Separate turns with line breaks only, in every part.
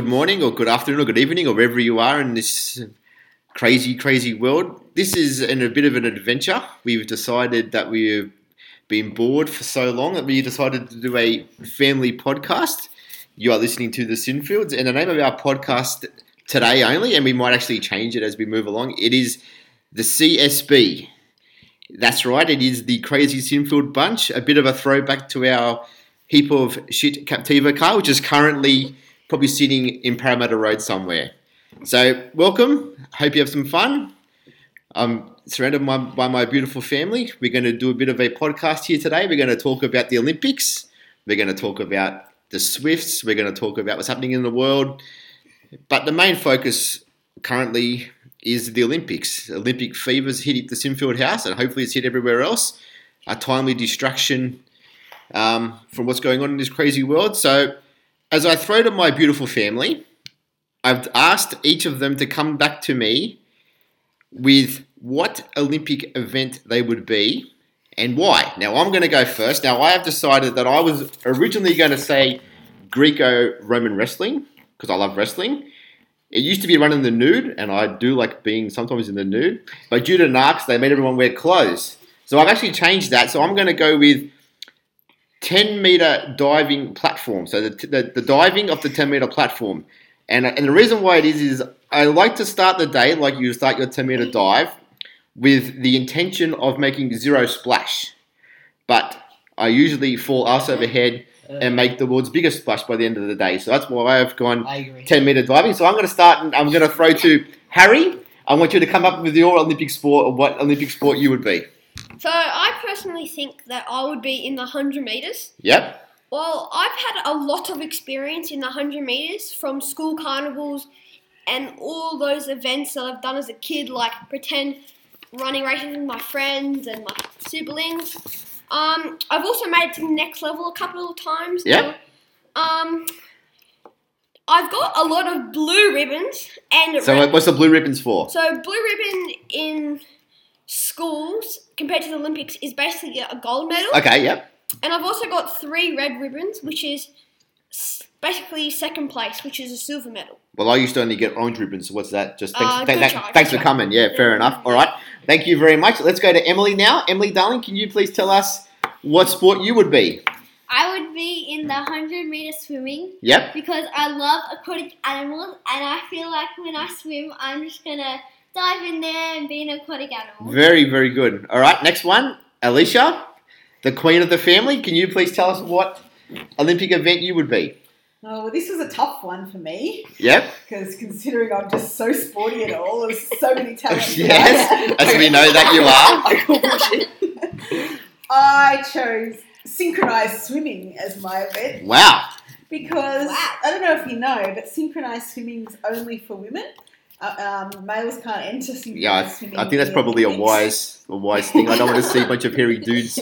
good morning or good afternoon or good evening or wherever you are in this crazy, crazy world. This is an, a bit of an adventure. We've decided that we've been bored for so long that we decided to do a family podcast. You are listening to The Sinfields, and the name of our podcast today only, and we might actually change it as we move along, it is The CSB. That's right, it is the Crazy Sinfield Bunch, a bit of a throwback to our heap of shit Captiva car, which is currently probably sitting in Parramatta Road somewhere. So, welcome. Hope you have some fun. I'm surrounded by, by my beautiful family. We're going to do a bit of a podcast here today. We're going to talk about the Olympics. We're going to talk about the Swifts. We're going to talk about what's happening in the world. But the main focus currently is the Olympics. Olympic fever's hit the Simfield House, and hopefully it's hit everywhere else. A timely distraction um, from what's going on in this crazy world. So, as I throw to my beautiful family, I've asked each of them to come back to me with what Olympic event they would be and why. Now, I'm going to go first. Now, I have decided that I was originally going to say Greco Roman wrestling because I love wrestling. It used to be run in the nude, and I do like being sometimes in the nude. But due to narcs, they made everyone wear clothes. So I've actually changed that. So I'm going to go with 10 meter diving platform. So the, the, the diving of the 10 meter platform. And, and the reason why it is, is I like to start the day like you start your 10 meter dive with the intention of making zero splash. But I usually fall ass over head and make the world's biggest splash by the end of the day. So that's why I've gone
I agree.
10 meter diving. So I'm going to start and I'm going to throw to Harry. I want you to come up with your Olympic sport or what Olympic sport you would be.
So I personally think that I would be in the 100 meters.
Yep.
Well, I've had a lot of experience in the 100 meters from school carnivals and all those events that I've done as a kid, like pretend running races with my friends and my siblings. Um, I've also made it to the next level a couple of times.
Yeah.
Um, I've got a lot of blue ribbons and
So what's the blue ribbons for?
so blue ribbon in schools compared to the Olympics is basically a gold medal.
Okay, yep.
And I've also got three red ribbons, which is s- basically second place, which is a silver medal.
Well, I used to only get orange ribbons. So what's that? Just thanks,
Uh,
thank-
good
thank-
try,
thanks
good
for
try.
coming. Yeah, fair enough. All right. Thank you very much. Let's go to Emily now. Emily, darling, can you please tell us what sport you would be?
I would be in the 100 meter swimming
Yep.
because I love aquatic animals and I feel like when I swim, I'm just gonna dive in there and be an aquatic animal.
Very, very good. All right. Next one, Alicia, the queen of the family. Can you please tell us what Olympic event you would be?
Oh, well, this was a tough one for me
Yep.
because considering I'm just so sporty at all, there's so many talents. that I
yes.
have.
As we know that you are.
I call bullshit. I chose synchronized swimming as my event
Wow.
because
Wow.
I don't know if you know, but synchronized swimming's only for women. Uh, um, males can't enter synchronized
Yeah, I,
swimming.
I think that's
in
probably a
Olympics.
wise, a wise thing. I don't want to see a bunch of hairy dudes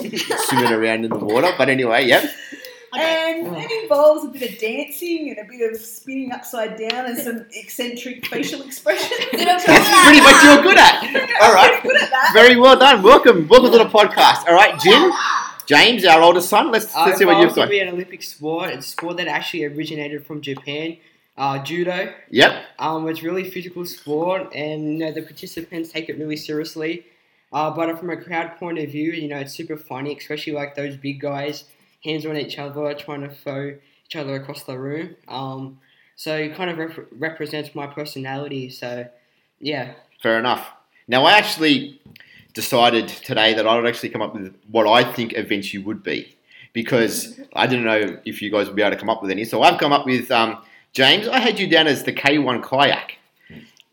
swimming around in the water. But anyway, yep.
And it involves a bit of dancing and a bit of spinning upside down and some eccentric facial expressions.
That's pretty much you're good at. All right.
Good at that.
Very well done. Welcome. Welcome to the podcast. All right, Jim. James, our oldest son. Let's,
Uh,
let's see what you've got.
be an Olympic sport. It's a sport that actually originated from Japan, uh, judo.
Yep.
Um, it's really physical sport, and you know, the participants take it really seriously. Uh, but from a crowd point of view, you know, it's super funny, especially like those big guys, hands on each other, trying to throw each other across the room. Um, so it kind of rep- represents my personality. So, yeah.
Fair enough. Now, I actually decided today that I would actually come up with what I think events you would be because I didn't know if you guys would be able to come up with any. So I've come up with um, James. I had you down as the K1 kayak.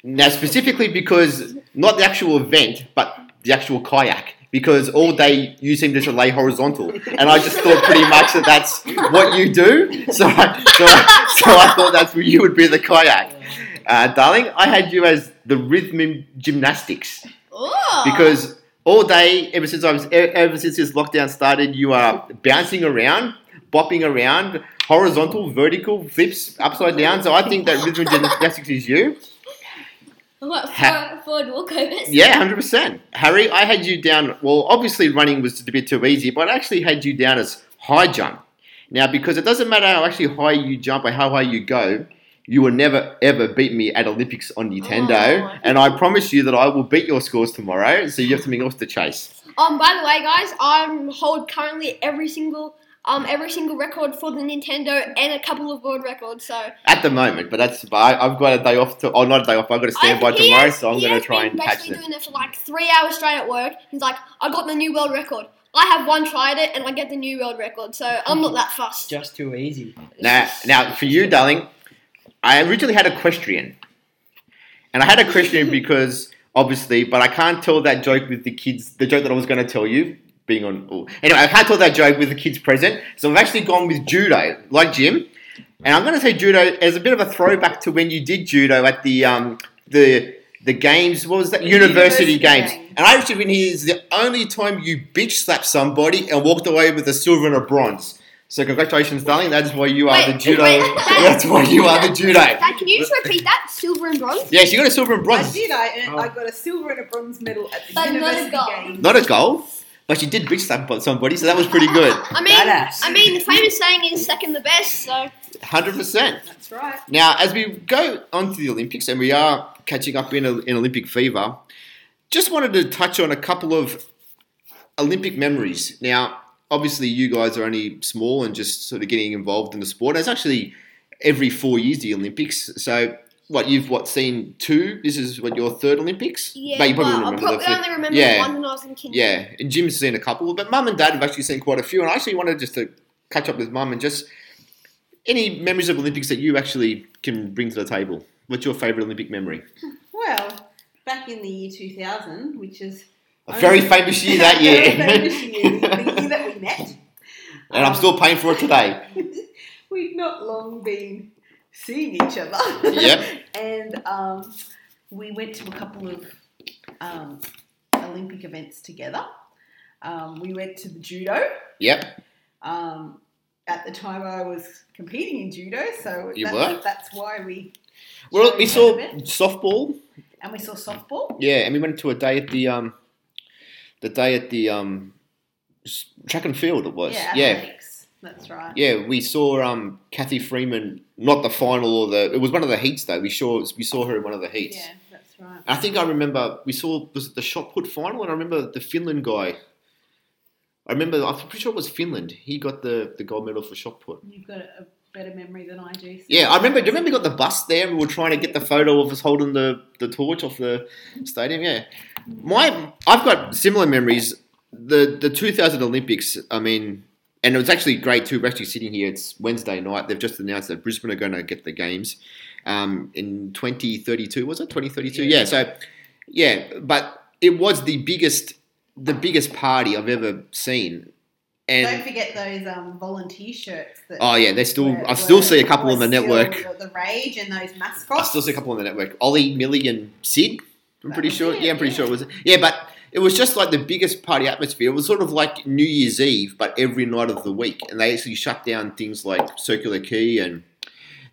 Now, specifically because not the actual event, but the actual kayak. Because all day you seem to just lay horizontal, and I just thought pretty much that that's what you do. So, I, so, I, so I thought that's what you would be the kayak, uh, darling. I had you as the rhythm gymnastics
Oh,
because all day, ever since I was, e- ever since this lockdown started, you are bouncing around, bopping around, horizontal, vertical, flips, upside down. So I think that rhythm gymnastics is you.
What,
Ha-
forward walkovers?
Yeah, hundred percent. Harry, I had you down. Well, obviously running was a bit too easy, but I actually had you down as high jump. Now, because it doesn't matter how actually high you jump or how high you go, You will never ever beat me at Olympics on Nintendo,
Oh.
and I promise you that I will beat your scores tomorrow. So you have something else to chase.
Um, by the way, guys, I hold currently every single um every single record for the Nintendo and a couple of world records. So
At the moment, but that's but I, I've got a day off. To, oh, not a day off. I've got to stand by
I- he
tomorrow,
has-
so I'm
he
going
has
to try
been
and catch
basically
them.
doing it for like three hours straight at work. He's like, I got the new world record. I have one tried it, and I get the new world record. So I'm not that fussed.
Just too easy.
Now, now for you, darling, I originally had equestrian, and I had equestrian because obviously, but I can't tell that joke with the kids. The joke that I was going to tell you, being on. oh. Anyway, I can't tell that joke with the kids present, so I've actually gone with judo, like Jim, and I'm going to say judo as a bit of a throwback to when you did judo at the um the. The games, what was that? University,
University
games.
games.
And I actually win here is the only time you bitch slapped somebody and walked away with a silver and a bronze. So congratulations, darling. That's why you are
Wait,
the judo.
wait.
That's why you are the judo.
Dad, can you just repeat that? Silver and bronze?
Yes, you got a silver and
I
bronze.
did. I, earned,
Oh.
I got a silver and a bronze medal at the
But not a
university
gold.
games.
Not a goal, but you did bitch slap somebody, so that was pretty good.
I mean,
Badass.
I mean, the famous saying is second the best. So
Hundred percent.
That's right.
Now, as we go on to the Olympics, and we are catching up in, in Olympic fever, just wanted to touch on a couple of Olympic memories. Now, obviously, you guys are only small and just sort of getting involved in the sport. It's actually every four years the Olympics. So, what you've what seen two? This is what your third Olympics?
yeah,
But you probably
well, I
remember
probably
the fir-
only remember
Yeah.
one when I was in kindergarten.
yeah, and Jim's seen a couple, but Mum and Dad have actually seen quite a few. And I actually wanted just to catch up with Mum and just any memories of Olympics that you actually can bring to the table. What's your favourite Olympic memory?
Well, back in the year 2000, which is
A very
Only-
famous year that year,
Oh, Very famous year, the year
and
that we met.
I'm still paying for it today.
We've not long been seeing each other.
Yep.
and um, we went to a couple of um, Olympic events together. Um, we went to the judo.
Yep,
Um, at the time, I was competing in judo, so
You
that's,
were?
that's why we.
well, we saw
And
softball.
we saw softball.
Yeah, and we went to a day at the um, the day at the um, s- track and field. It was
yeah,
yeah.
athletics. That's right.
Yeah, we saw um, Kathy Freeman, not the final or the. It was one of the heats though. We saw we saw her in one of the heats.
Yeah, that's right.
I think I remember we saw was it the shot put final, and I remember the Finland guy. I remember I'm pretty sure it was Finland. He got the, the gold medal for shot put.
You've got a better memory than I do. so-
Yeah, I remember. Do you remember we got the bus there and we were trying to get the photo of us holding the, the torch off the stadium? Yeah, my I've got similar memories. The the 2000 Olympics. I mean, and it was actually great too. We're actually sitting here. It's Wednesday night. They've just announced that Brisbane are going to get the games um, in 2032. Was it 2032? Yeah.
Yeah.
So yeah, but it was the biggest the biggest party I've ever seen. And
Don't forget those um, volunteer shirts. That
oh yeah, they still
were-
I still
were-
see a couple on the
were still
network.
The, the rage and those
I
mascots.
still see a couple on the network. Ollie, Millie, and Sid. I'm
That
pretty
was
sure.
it,
yeah, I'm pretty
yeah.
sure it was. Yeah, but it was just like the biggest party atmosphere. It was sort of like New Year's Eve, but every night of the week. And they actually shut down things like Circular Quay and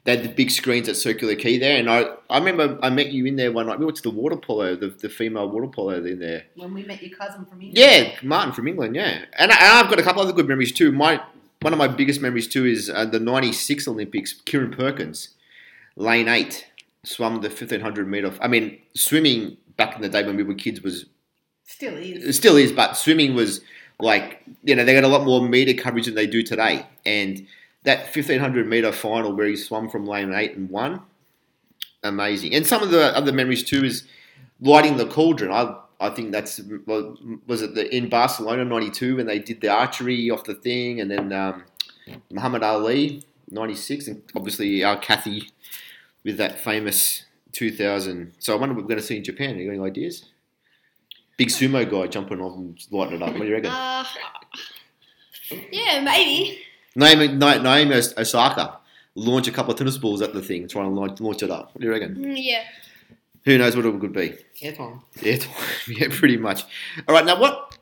they had the big screens at Circular Quay there. And I, I remember I met you in there one night. We went to the water polo, the, the female water polo in there.
When we met your cousin from India.
Yeah, Martin from England. Yeah, and, I, and I've got a couple other good memories too. My one of my biggest memories too is uh, the '96 Olympics. Kieran Perkins, lane eight, swam the 1500 meter. I mean, swimming back in the day when we were kids was
Still
it
is.
still is, but swimming was like you know they got a lot more meter coverage than they do today. And that 1500 meter final where he swam from lane eight and won, amazing. And some of the other memories too is lighting the cauldron. I I think that's well, was it the in Barcelona '92 when they did the archery off the thing, and then um, Muhammad Ali '96, and obviously our Kathy with that famous 2000. So I wonder what we're going to see in Japan. You got any ideas? Big sumo guy jumping off and lighting it up. What do you reckon?
Uh, yeah, maybe.
Naomi, Na- Naomi Os- Osaka launch a couple of tennis balls at the thing, trying to launch, launch it up. What do you reckon?
Mm, Yeah.
Who knows what it could be?
Yeah, Tom.
Yeah, it's- yeah, pretty much. All right, now what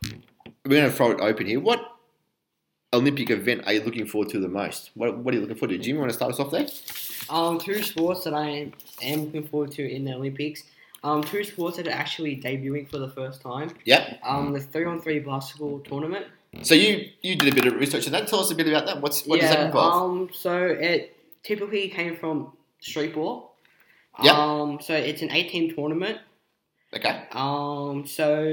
we're going to throw it open here. What Olympic event are you looking forward to the most? What, what are you looking forward to? Jim, you want to start us off there?
Um, two sports that I am looking forward to in the Olympics. Um, two sports that are actually debuting for the first time.
Yeah.
Um, the three on three basketball tournament.
So you you did a bit of research on that. Tell us a bit about that. What's what does that involve?
Um, so it um, typically came from street ball.
Yep.
Um, so it's an 18 tournament.
Okay.
Um, so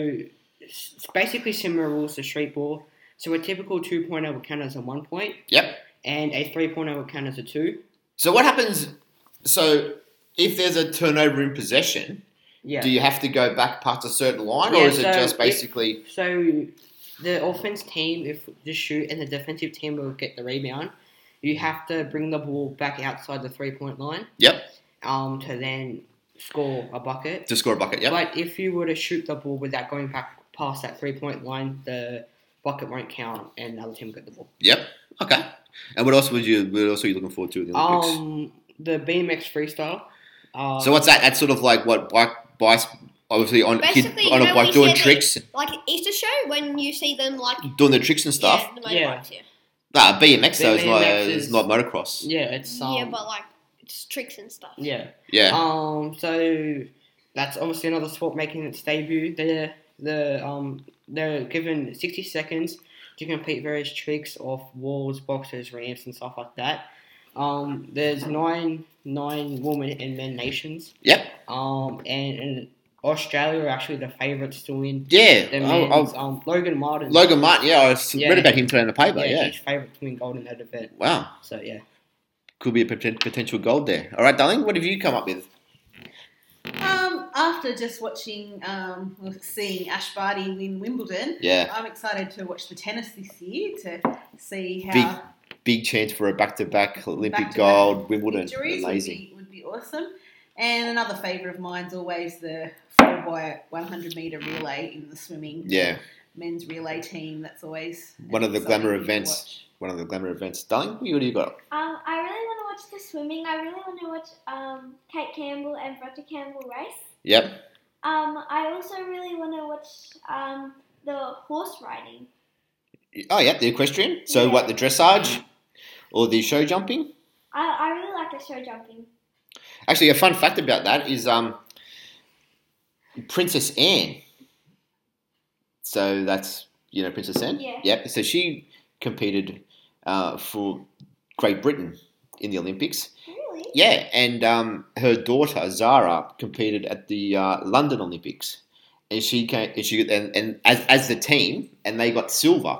it's it's basically similar rules to street ball. So a typical two pointer will count as a one point,
Yep.
and a three pointer will count as a two.
So what happens? So if there's a turnover in possession,
Yeah.
do you have to go back past a certain line,
Yeah,
or is it
so
just
if-
basically?
So the offense team, if just shoot, and the defensive team will get the rebound. You have to bring the ball back outside the three point line.
Yep.
Um, to then score a bucket.
To score a bucket, yep.
But if you were to shoot the ball without going back past that three point line, the bucket won't count, and the other team will get the ball.
Yep. Okay. And what else would you? What else are you looking forward to in the Olympics?
Um, the BMX freestyle. Uh,
so what's that? That's sort of like what bike, bike, obviously on kid,
Basically, you
on a
know,
bike
we
doing
said that-
tricks,
Like an Easter show when you see them like
doing the tricks and stuff.
Yeah, the
Yeah.
motorbikes, yeah.
Nah, BMX though is not
BMX is-
is not motocross.
Yeah, it's um,
yeah, but like it's tricks and stuff.
yeah.
Yeah.
Um, so that's obviously another sport making its debut. They're the um they're given sixty seconds to complete various tricks off walls, boxes, ramps, and stuff like that. Um, there's nine nine women and men nations.
Yep.
Um, and, and Australia are actually the favourites to win.
Yeah.
The
I'll-
men's,
I'll-
um, Logan Martin.
Logan Martin. Yeah, I s-
Yeah.
read about him today in the paper.
yeah,
Yeah.
he's favourite to win gold in that event.
Wow.
So yeah.
Could be a poten- potential gold there. All right, darling. What have you come up with?
Um, after just watching, um, well, seeing Ash Barty win Wimbledon,
Yeah.
I'm excited to watch the tennis this year to see how
Big Big chance for a back-to-back Olympic
Back-to-back
gold. Wimbledon.
victories would
Amazing.
be, would be awesome. And another favourite of mine's always the four by 100 metre relay in the swimming.
Yeah.
Men's relay team. That's always an
One of the
exciting
glamour
thing to
events.
watch.
One of the glamour events. Darling, what do you got?
Um, I really want to watch the swimming. I really want to watch um, Kate Campbell and Roger Campbell race.
Yep.
Um, I also really want to watch um, the horse riding.
Oh, yeah. The equestrian. So
Yeah.
what? The dressage, or the show jumping?
I, I really like the show jumping.
Actually, a fun fact about that is um, Princess Anne. So that's you know Princess Anne.
Yeah.
Yep. So she competed uh, for Great Britain in the Olympics.
Really?
Yeah, and um, her daughter Zara competed at the uh, London Olympics, and she came and she and, and as as the team, and they got silver,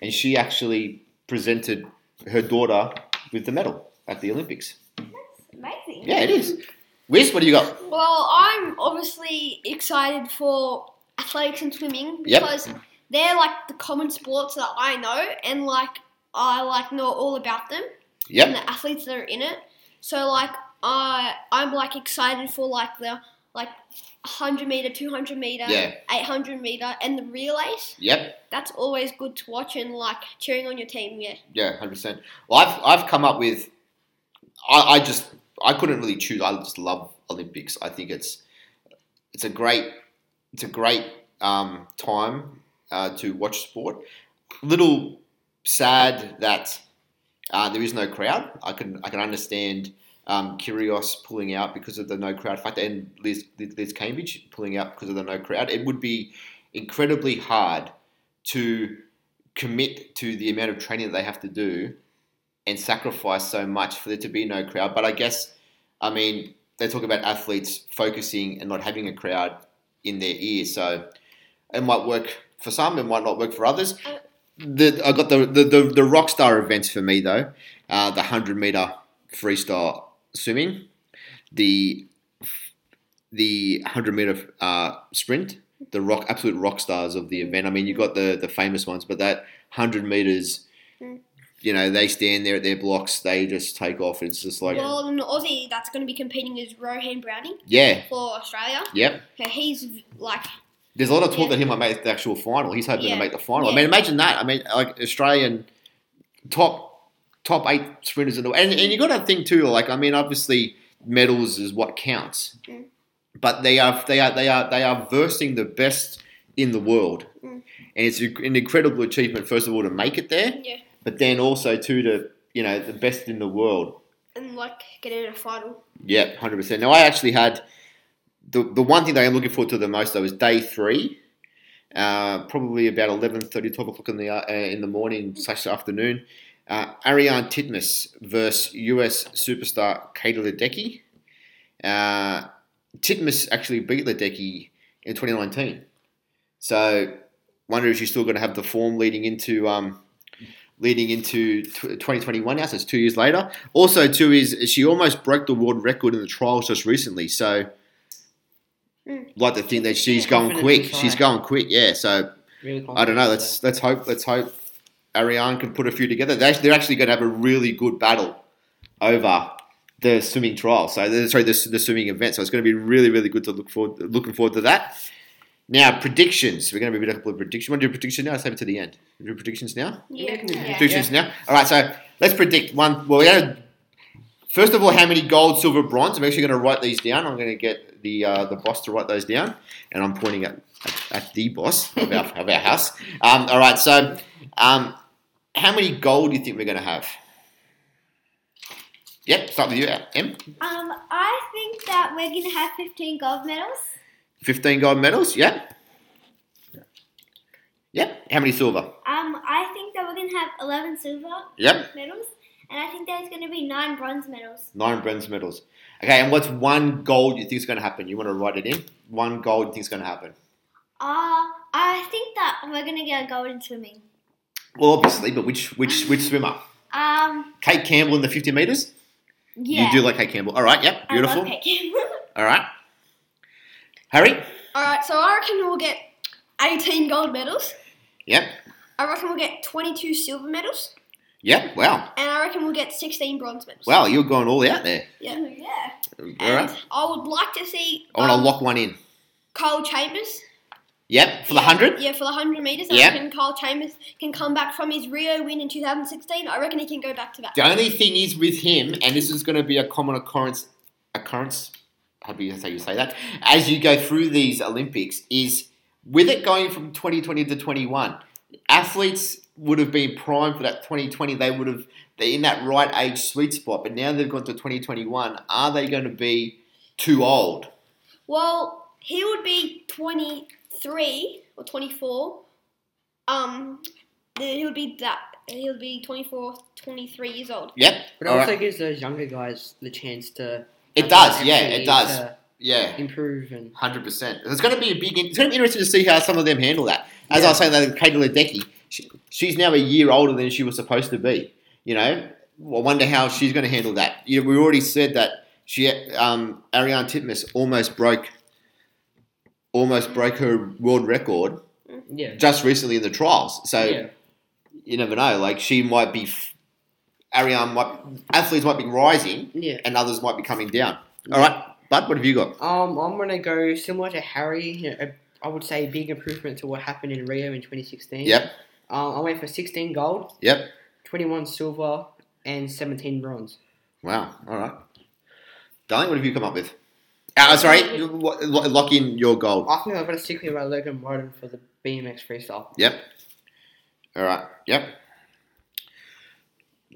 and she actually presented her daughter with the medal at the Olympics.
That's amazing.
Yeah, it is. Wiz, what do you got?
Well, I'm obviously excited for athletics and swimming
Yep.
because they're like the common sports that I know and like I like know all about them and
Yep.
the athletes that are in it. So like I I'm like excited for like the like 100 meter, 200 meter,
Yeah.
800 meter and the relays.
Yep.
That's always good to watch and like cheering on your team, yeah.
Yeah, hundred percent. Well, I've I've come up with. I, I just I couldn't really choose. I just love Olympics. I think it's it's a great it's a great um, time uh, to watch sport. Little sad that uh, there is no crowd. I can I can understand um, Kyrgios pulling out because of the no crowd factor, and Liz, Liz Cambridge pulling out because of the no crowd. It would be incredibly hard to commit to the amount of training that they have to do and sacrifice so much for there to be no crowd. But I guess, I mean, they talk about athletes focusing and not having a crowd in their ear. So it might work for some, it might not work for others.
Uh,
The, I got the, the, the, the rock star events for me, though uh, the 100 meter freestyle swimming, the the 100 meter uh, sprint, the rock absolute rock stars of the event. I mean, you got the the famous ones, but that 100 meters,
Mm.
you know, they stand there at their blocks, they just take off. It's just like,
Well, an Aussie that's going to be competing is Rohan Browning
yeah,
for Australia.
yep.
So he's like
There's a lot of talk
Yeah.
that he might make the actual final. He's hoping
Yeah.
to make the final. I
Yeah.
mean, imagine that. I mean, like Australian top top eight sprinters in the world. And, and you got to think too. Like, I mean, obviously medals is what counts,
Mm.
but they are they are they are they are versing the best in the world,
Mm.
and it's an incredible achievement. First of all, to make it there,
yeah,
but then also too to you know the best in the world.
and like getting in a final.
Yep, hundred percent. Now I actually had the the one thing that I'm looking forward to the most though is day three, uh, probably about 11, 12 o'clock in the uh, in the morning slash afternoon. Uh, Ariane Titmus versus US superstar Kate Ledecky. Uh, Titmus actually beat Ledecky in 2019. So, wonder if she's still going to have the form leading into um, leading into tw 2021 now, so it's two years later. Also, too, is she almost broke the world record in the trials just recently. So,
Mm.
like to think that she's
Yeah,
going
definitely
quick. She's
try.
going quick, yeah. So,
Really
I don't
confident
know.
about
Let's let's hope let's hope Ariane can put a few together. They're actually, they're actually going to have a really good battle over the swimming trial. So the- sorry, the, the swimming event. So it's going to be really really good to look forward looking forward to that. Now predictions. We're going to be a couple of predictions. Want to do predictions now? Let's have it to the end. Do predictions now.
Yeah.
Yeah.
Predictions now. All right. So let's predict one. Well, we're going to, first of all, how many gold, silver, bronze? I'm actually going to write these down. I'm going to get the uh, the boss to write those down, and I'm pointing at at, at the boss of our, of our house. Um, all right. So um, how many gold do you think we're going to have? Yep. Start with you, M.
Um, I think that we're gonna have 15 gold medals.
Fifteen gold medals. Yep. Yep. How many silver?
Um, I think that we're gonna have 11 silver
Yep.
medals, and I think there's gonna be nine bronze medals.
Nine bronze medals. Okay, and what's one goal you think is going to happen? You want to write it in? One goal you think is going to happen?
Uh, I think that we're gonna get a gold in swimming.
Well, obviously, but which which which swimmer?
Um,
Kate Campbell in the 50 meters.
yeah.
You do like Kate Campbell. All right. Yep. Beautiful.
I love picking.
All right. Harry.
All right, so I reckon we'll get 18 gold medals.
Yep.
I reckon we'll get 22 silver medals,
Yep. Wow.
and I reckon we'll get 16 bronze medals.
Wow. You're going all out there.
yeah.
yeah.
All
And
right.
I would like to see
I want to
um,
lock one in.
Kyle Chambers
Yep. For the hundred.
Yeah, for the 100 metres.
Yeah.
I reckon Kyle Chambers can come back from his Rio win in 2016. I reckon he can go back to that.
The only thing is with him, and this is going to be a common occurrence, occurrence, hope you- that's how you say that, as you go through these Olympics, is with it going from 2020 to 21, athletes would have been primed for that 2020. They would have, they're in that right age sweet spot, but now they've gone to 2021. Are they going to be too old?
Well, he would be 23 or 24. Um, he would be that. He would be 24, 23 years old.
Yep.
But it
All
also
right.
gives those younger guys the chance to.
It does, yeah, it does.
To
Yeah.
improve and
Hundred percent. It's going to be a big. It's going to be interesting to see how some of them handle that. As I was saying, that Kate Ledecky, she, she's now a year older than she was supposed to be. You know, I wonder how she's going to handle that. You know, we already said that she, um, Ariane Titmus, almost broke, almost broke her world record
yeah.
just recently in the trials. So
yeah.
you never know. Like she might be, f- Ariane might, athletes might be rising,
Yeah.
and others might be coming down. All right, Bud, what have you got?
Um, I'm gonna go similar to Harry. You know, a- I would say a big improvement to what happened in Rio in 2016.
Yep,
Um, I went for 16 gold,
yep.
21 silver, and 17 bronze.
Wow. All right. Darling, what have you come up with? Uh, sorry, you- lo- lo- lock in your goal.
I think I'm gonna stick with my Logan Martin for the BMX freestyle.
Yep. All right. Yep.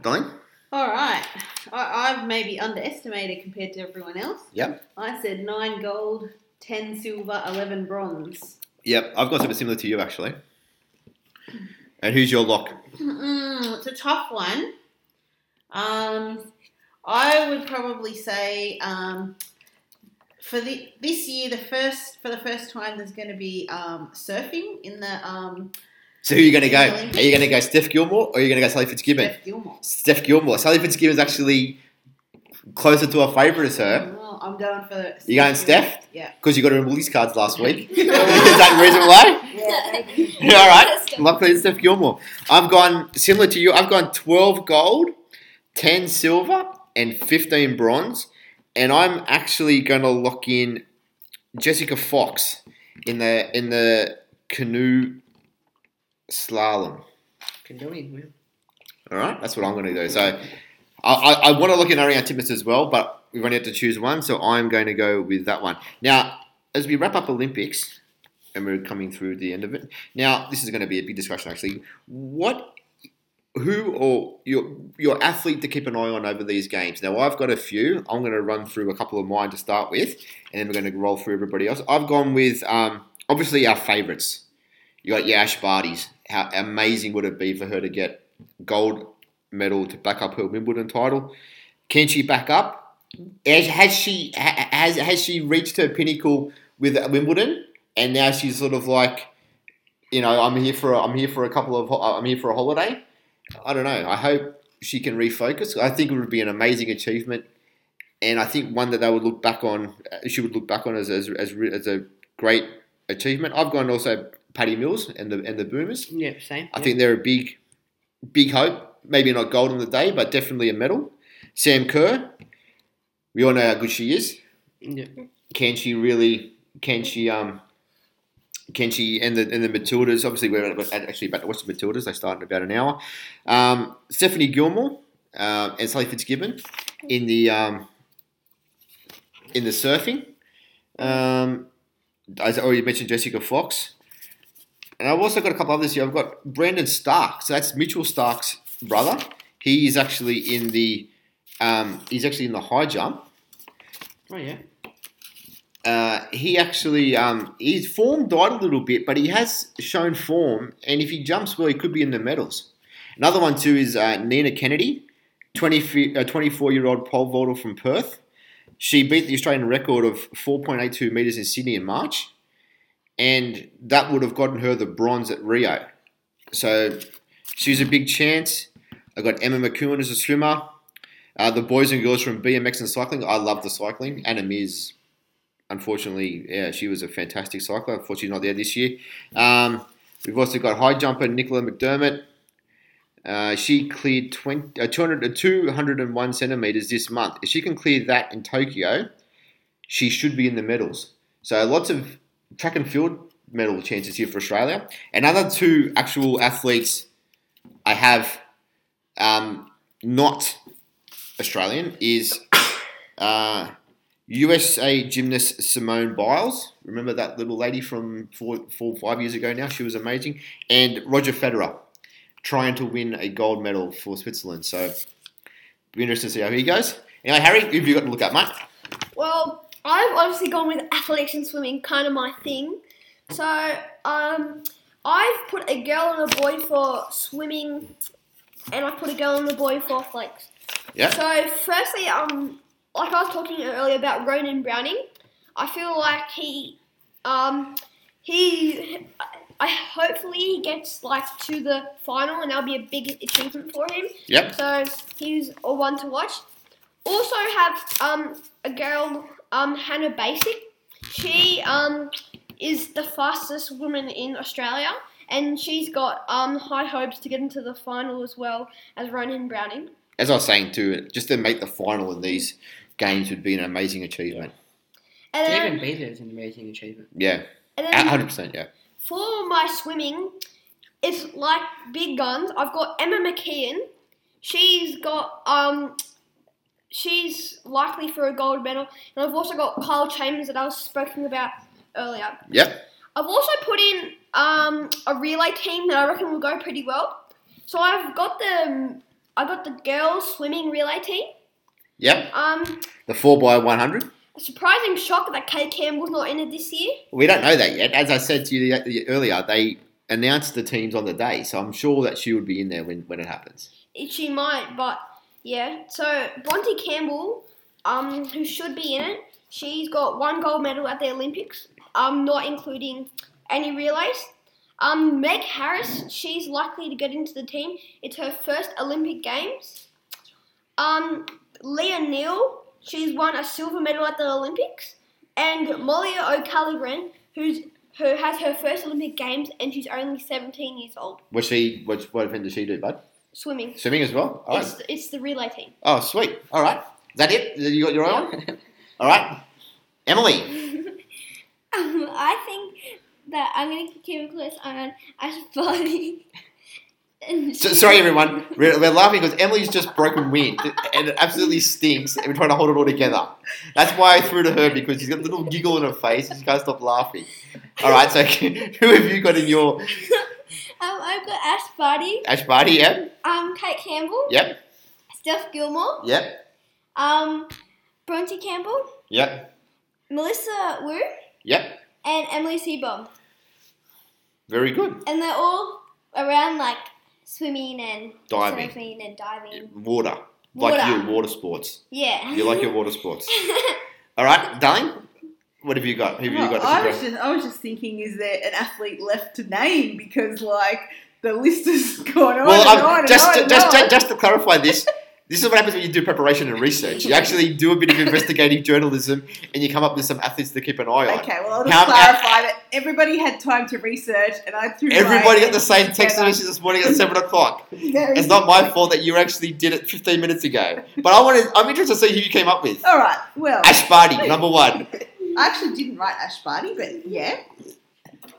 Darling?
All right. I, I've maybe underestimated compared to everyone else.
Yep.
I said nine gold, ten silver, eleven bronze.
Yep. I've got something similar to you, actually. And who's your lock?
Mm, it's a tough one. Um, I would probably say um, for the this year, the first for the first time, there's going to be um, surfing in the um,
So who are you going to go? Are you going to go Steph Gilmore or are you going to go Sally Fitzgibbon?
Jeff Gilmore.
Steph Gilmore. Sally Fitzgibbon's actually closer to a favourite as her
Well, I'm going for.
You going Steph?
Yeah.
because you got her in release cards last week. Is that the reason why? Yeah, all right. Luckily, it's Steph Gilmore. I've gone similar to you. I've gone twelve gold, ten silver, and fifteen bronze. And I'm actually going to lock in Jessica Fox in the in the canoe slalom.
Good doing, man.
All right, that's what I'm going to do. So I, I, I want to look in Ariane Timmins as well, but we've only had to choose one, so I'm going to go with that one. Now, as we wrap up Olympics, and we're coming through the end of it, now this is going to be a big discussion actually. What, who, or your your athlete to keep an eye on over these games? Now, I've got a few. I'm going to run through a couple of mine to start with, and then we're going to roll through everybody else. I've gone with um, obviously our favourites. You got your Ash Barty's. How amazing would it be for her to get gold medal to back up her Wimbledon title. Can she back up? Has, has she ha- has has she reached her pinnacle with Wimbledon? And now she's sort of like, you know, I'm here for a, I'm here for a couple of ho- I'm here for a holiday. I don't know. I hope she can refocus. I think it would be an amazing achievement, and I think one that they would look back on. uh, She would look back on as as as, re- as a great achievement. I've gone also Paddy Mills and the and the Boomers.
Yeah, same.
I
yeah.
think they're a big, big hope. Maybe not gold on the day, but definitely a medal. Sam Kerr, we all know how good she is.
Yeah.
Can she really? Can she? Um, can she? And the and the Matildas. Obviously, we're we're actually about to watch the Matildas. They start in about an hour. Um, Stephanie Gilmore uh, and Sally Fitzgibbon in the um, in the surfing. Um, I already mentioned Jessica Fox. And I've also got a couple others here. I've got Brandon Stark. So that's Mitchell Stark's brother. He is actually in the um, he's actually in the high jump.
Oh yeah.
Uh, he actually um, his form died a little bit, but he has shown form, and if he jumps well, he could be in the medals. Another one too is uh, Nina Kennedy, 24 year old pole vaulter from Perth. She beat the Australian record of 4.82 meters in Sydney in March, and that would have gotten her the bronze at Rio. So she's a big chance. I got Emma McEwen as a swimmer. Uh, the boys and girls from BMX and cycling. I love the cycling. Anna Mears unfortunately, yeah, she was a fantastic cycler. Unfortunately, she's not there this year. Um, we've also got high jumper Nicola McDermott. Uh, she cleared 20, uh, 200, uh, 201 centimeters this month. If she can clear that in Tokyo, she should be in the medals. So lots of track and field medal chances here for Australia. Another two actual athletes I have um, not Australian is. Uh, USA gymnast Simone Biles. Remember that little lady from four, four five years ago now? She was amazing. And Roger Federer trying to win a gold medal for Switzerland. So, it'll be interesting to see how he goes. Anyway, Harry, who've you got to look at, mate?
Well, I've obviously gone with athletics and swimming, kind of my thing. So um, I've put a girl and a boy for swimming, and I've put a girl and a boy for athletics.
Yeah.
So firstly, um, like I was talking earlier about Ronan Browning, I feel like he, um, he, I hopefully he gets like to the final, and that'll be a big achievement for him.
Yep.
So he's a one to watch. Also have um, a girl, um, Hannah Basic. She um, is the fastest woman in Australia, and she's got um, high hopes to get into the final as well as Ronan Browning.
As I was saying too, just to make the final in these games would be an amazing achievement.
And
To
then,
even be there is an amazing achievement.
Yeah,
and
A-
then
100%. Yeah.
for my swimming, it's like big guns. I've got Emma McKeon. She's got um, she's likely for a gold medal, and I've also got Kyle Chambers that I was speaking about earlier.
Yep.
I've also put in um, a relay team that I reckon will go pretty well. So I've got the I got the girls swimming relay team.
Yep.
Um,
The 4x100.
a surprising shock that Kay Campbell's not in it this year.
We don't know that yet. As I said to you the- the- earlier, they announced the teams on the day, so I'm sure that she would be in there when, when it happens.
She might, but yeah. So Bronte Campbell, um, who should be in it, she's got one gold medal at the Olympics, um, not including any relays. Um, Meg Harris, she's likely to get into the team. It's her first Olympic Games. Um, Leah Neal, she's won a silver medal at the Olympics, and Molly O'Callaghan, who's who has her first Olympic Games and she's only 17 years old.
What she? What, what event does she do, bud?
Swimming.
Swimming as well. All
It's,
right.
it's the relay team.
Oh, sweet. All right. Is that it? You got your eye on? All right. Emily.
Um, I think that I'm going to keep a close eye on Ash Barty. And
So, sorry, everyone. We're, we're laughing because Emily's just broken wind and it absolutely stinks. And we're trying to hold it all together. That's why I threw to her because she's got a little giggle in her face and she can't stop laughing. All right. So who have you got in your
Um, I've got Ash Barty,
Ash Barty? Yep.
um, Kate Campbell,
Yep.
Steph Gilmore,
Yep.
um, Bronte Campbell,
Yep.
Melissa Wu,
Yep.
and Emily Seabomb.
Very good.
And they're all around like swimming and
Diving.
surfing and diving.
Water. Like
Water.
you, water sports.
Yeah.
You like your water sports. All right, darling. What have you got? Who have you
Well,
got?
I
to
was just I was just thinking, is there an athlete left to name? Because like the list has gone on
Well,
and on
um, just, to,
and on and
just,
on.
just, just to clarify this, this is what happens when you do preparation and research. You actually do a bit of investigative journalism and you come up with some athletes to keep an eye on.
Okay, well, I'll just
How-
clarify that everybody had time to research, and I threw
Everybody
mine
got the same text
together.
message this morning at 7 o'clock.
Very
It's not my fault that you actually did it 15 minutes ago. But I wanted, I'm interested to see who you came up with.
All right. Well,
Ash Barty, number one.
I actually didn't write Ash Barty, but yeah.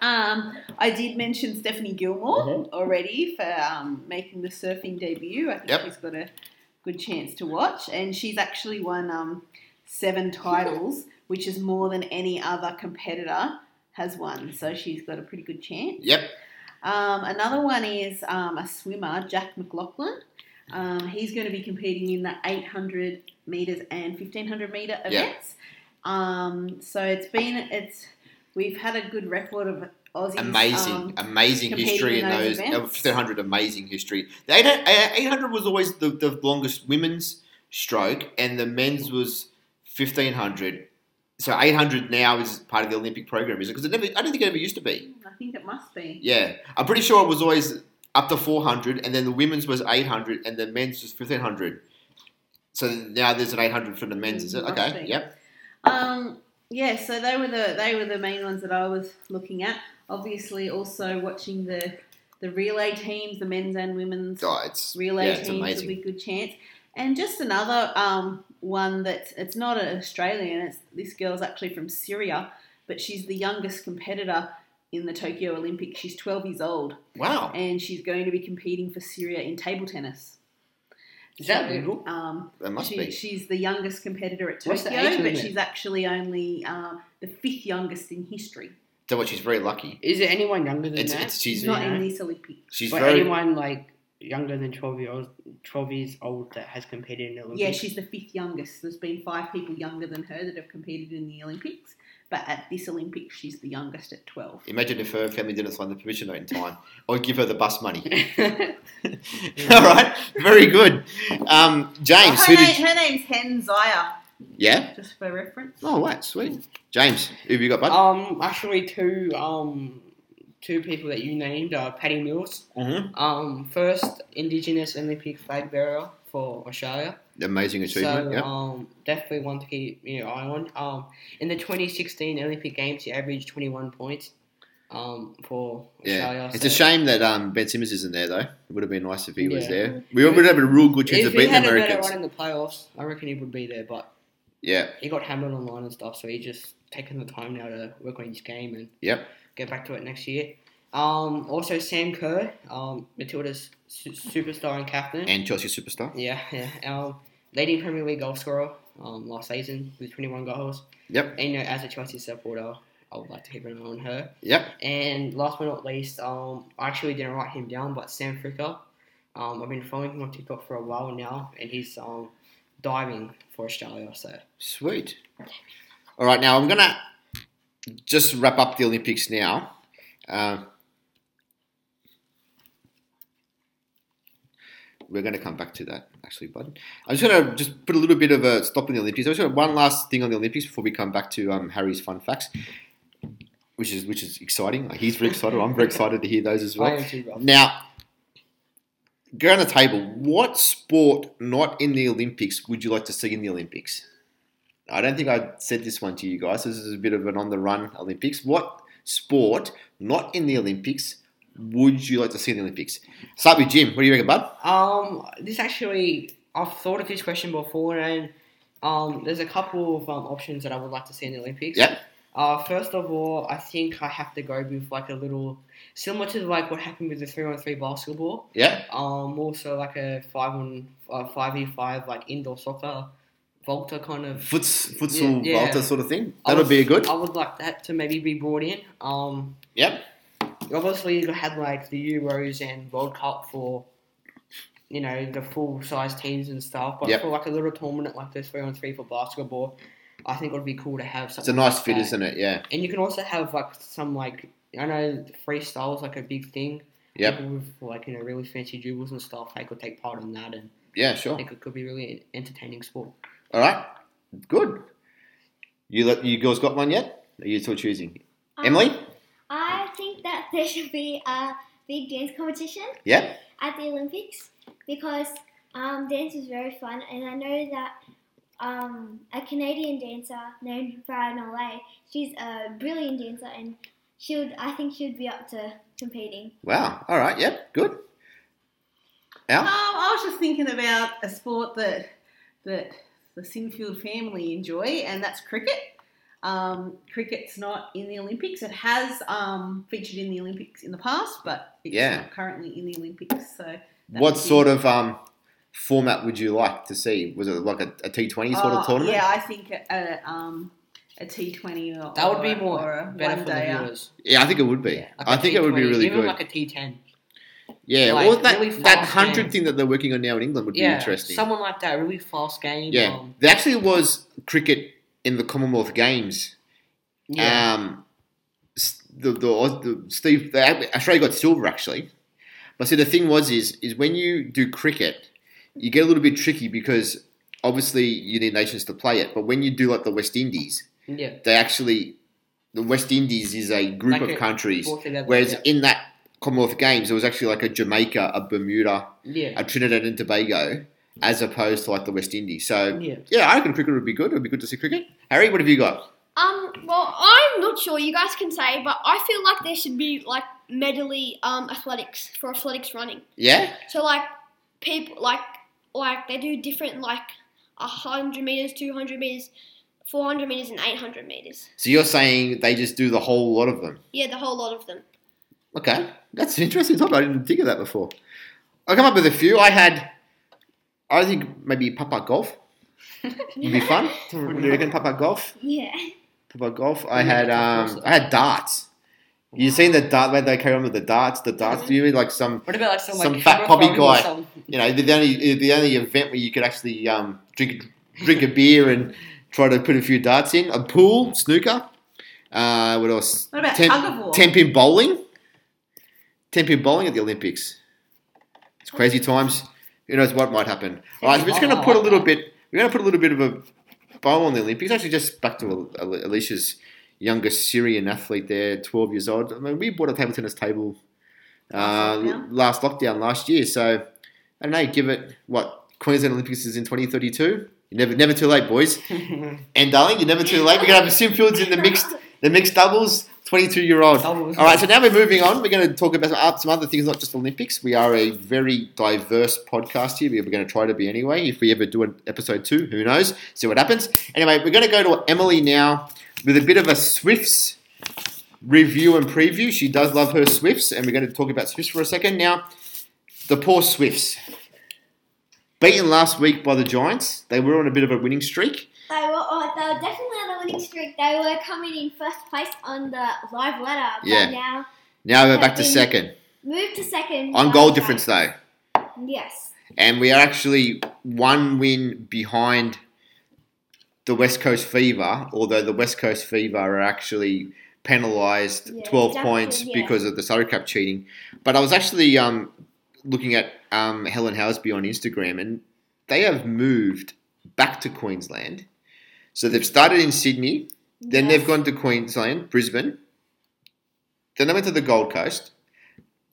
Um, I did mention Stephanie Gilmore
Mm-hmm.
already for um, making the surfing debut. I think
Yep.
she's got a good chance to watch, and she's actually won um, seven titles, which is more than any other competitor has won. So she's got a pretty good chance.
Yep.
Um, another one is um, a swimmer, Jack McLaughlin. Um, he's going to be competing in the 800 meters and 1500 meter events. Um, so it's been it's we've had a good record of Aussies.
Amazing,
um,
amazing
competing
history in
in those
those.
events.
1500, amazing history. The 800, 800 was always the, the longest women's stroke, and the men's was 1500. So 800 now is part of the Olympic program, is it? Because it never, I don't think it ever used to be.
I think it must be.
Yeah, I'm pretty sure it was always up to 400, and then the women's was 800, and the men's was 1500. So now there's an 800 for the men's, is it?
Must
Okay,
be.
yep.
Um, yeah, so they were the they were the main ones that I was looking at. Obviously, also watching the the relay teams, the men's and women's.
Oh, it's
relay
yeah, it's
teams
amazing.
will be a good chance. And just another um, one that's it's not an Australian. It's this girl's actually from Syria, but she's the youngest competitor in the Tokyo Olympics. She's 12 years old,
wow.
and she's going to be competing for Syria in table tennis.
Is that
So,
legal?
Um,
That must
she-
be.
She's the youngest competitor at
What's the
Tokyo,
age
but
limit?
she's actually only um, the fifth youngest in history.
So what? She's very lucky.
Is there anyone younger than
It's,
that?
it's she's
Not
Yeah.
in this Olympics.
she's
Or
very
anyone like younger than twelve year old, twelve years old that has competed in the Olympics?
Yeah, she's the fifth youngest. There's been five people younger than her that have competed in the Olympics, but at this Olympics, she's the youngest at 12.
Imagine if her family didn't sign the permission note in time, or give her the bus money.
James,
All right, very good, um, James.
her,
Who did
name- her name's Hen Zaya,
yeah.
just for reference.
Oh, right, sweet. James, who have you got, bud?
Um, actually, two um, two people that you named are Paddy Mills.
Mhm.
Um, first Indigenous Olympic flag bearer for Australia.
Amazing achievement.
So
yeah.
um, definitely one to keep your eye on. Um, in the 2016 Olympic Games, he averaged 21 points. Um, for Australia.
Yeah, it's
so-
a shame that um, Ben Simmons isn't there though. It would have been nice if he was
Yeah.
there. We would have had a real good chance
If
of
he
beating the
had a better
Americans.
run in the playoffs, I reckon he would be there. But
Yeah,
he got hammered online and stuff, so he's just taking the time now to work on his game and
yep.
get back to it next year. Um, also Sam Kerr, um, Matilda's su- superstar and captain.
And Chelsea superstar.
yeah, yeah. Our leading Premier League goal scorer um, last season with 21 goals.
Yep,
And you know, as a Chelsea supporter, I would like to keep an eye on her.
yep.
And last but not least, um, I actually didn't write him down, but Sam Fricker. Um, I've been following him on TikTok for a while now, and he's um, diving for Australia. So
Sweet. All right, now I'm gonna just wrap up the Olympics now. Um, we're going to come back to that actually, bud. I'm just going to just put a little bit of a stop in the Olympics. I just got one last thing on the Olympics before we come back to um, Harry's fun facts, which is which is exciting. Like, he's very excited. I'm very excited to hear those as well.
I am too, bro.
Now, go on the table. What sport not in the Olympics would you like to see in the Olympics? I don't think I said this one to you guys. This is a bit of an on the run Olympics. What sport not in the Olympics would you like to see in the Olympics? Start with Jim. What do you reckon, bud?
Um, this actually, I've thought of this question before, and um, there's a couple of um, options that I would like to see in the Olympics.
Yeah.
Uh, first of all, I think I have to go with like a little similar to like what happened with the three on three basketball.
Yeah.
Um, also like a five on uh, five v five like indoor soccer, volta kind of.
Foots, futsal,
Yeah, yeah.
welter sort of thing.
I
That would be good.
I would like that to maybe be brought in. Um,
Yep.
obviously you had like the Euros and World Cup for you know the full size teams and stuff, but
Yep.
for like a little tournament like the three on three for basketball, I think it would be cool to have
It's a
something.
nice
like
fit,
that.
isn't it? Yeah.
And you can also have like some like I know freestyle's like a big thing.
Yep.
people with like you know really fancy dribbles and stuff, they could take part in that, and
Yeah,
I
sure.
think it could be really an entertaining sport.
All right, good. You let you girls got one yet? Are you still choosing?
Um,
Emily?
I think that there should be a big dance competition
Yeah.
at the Olympics because um, dance is very fun, and I know that um, a Canadian dancer named Brian Olay, she's a brilliant dancer, and she would I think she would be up to competing.
Wow. All right. Yep. Good.
Um,
Al.
I was just thinking about a sport that that the Sinfield family enjoy, and that's cricket. Um, cricket's not in the Olympics. It has um, featured in the Olympics in the past, but it's
Yeah.
not currently in the Olympics. So, that
What
would be-
sort of um, format would you like to see? Was it like a, a T20 sort
Oh,
of tournament?
Yeah, I think a, a, um, a T20 or
That would be
or-
more
or a uh,
better for the
one-dayer.
viewers.
Yeah, I think it would be.
Like
I
a
think it would be
T20,
really
even
good.
like a T ten.
yeah,
like,
well, that
really
that
fast
hundred
game.
thing that they're working on now in England would be
Yeah,
interesting.
someone like that, really fast game.
yeah,
um,
there actually was cricket in the Commonwealth Games.
yeah.
Um, s- the, the, Aus- the Steve the, Australia got silver actually, but see the thing was is is when you do cricket, you get a little bit tricky because obviously you need nations to play it. But when you do like the West Indies,
yeah,
they actually the West Indies is a group
Like
of
a-
countries.
fourth level,
Whereas
yeah.
in that Commonwealth Games, there was actually like a Jamaica, a Bermuda,
yeah,
a Trinidad and Tobago, as opposed to like the West Indies. So
yeah.
yeah, I reckon cricket would be good. It would be good to see cricket. Harry, what have you got?
Um, well, I'm not sure. You guys can say, but I feel like there should be like medley um athletics for athletics running.
Yeah,
So like people like like they do different like hundred meters, two hundred meters, four hundred meters, and eight hundred meters.
so you're saying they just do the whole lot of them?
Yeah, the whole lot of them.
Okay, that's an interesting topic. I didn't think of that before. I come up with a few. I had, I think maybe Papa Golf would be fun. Do you reckon Papa Golf?
Yeah.
Papa Golf. I
Yeah,
had
that's
um,
awesome.
I had darts. You seen the dart where they carry on with the darts? The darts. Do you mean like some
What about like some,
Some
like,
fat
hammer
poppy
throwing or
guy.
some-
you know, the only the only event where you could actually um, drink drink a beer and try to put a few darts in a pool, snooker. Uh, what else?
What about
ten,
tug of war?
ten pin bowling. Ten pin bowling at the Olympics. It's crazy times. Who knows what might happen? All right, so we're just going to put a little bit. We're going to put a little bit of a bow on the Olympics. Actually, just back to Al- Al- Alicia's youngest Syrian athlete there, twelve years old. I mean, we bought a table tennis table uh,
Last lockdown.
last lockdown last year, so I don't know. Give it what Queensland Olympics is in twenty thirty two. You never, never too late, boys. And darling, you're never too late. We're gonna have Simfields in the mixed, the mixed doubles. Twenty-two year old.
Doubles.
All right. So now we're moving on. We're gonna talk about some, uh, some other things, not just Olympics. We are a very diverse podcast here. We're gonna try to be anyway. If we ever do an episode two, who knows? See what happens. Anyway, we're gonna go to Emily now with a bit of a Swifts review and preview. She does love her Swifts, and we're going to talk about Swifts for a second. Now, the poor Swifts. Beaten last week by the Giants. They were on a bit of a winning streak.
They were, oh, they were definitely on a winning streak. They were coming in first place on the live ladder, but
Yeah.
now
Now we're back to second.
moved to second.
On goal difference, though.
Yes.
And we are actually one win behind the West Coast Fever, although the West Coast Fever are actually penalised
Yeah,
12
exactly,
points
yeah.
because of the salary cap cheating. But I was actually um, looking at um, Helen Housby on Instagram, and they have moved back to Queensland. So they've started in Sydney, then
Yes.
they've gone to Queensland, Brisbane, then they went to the Gold Coast,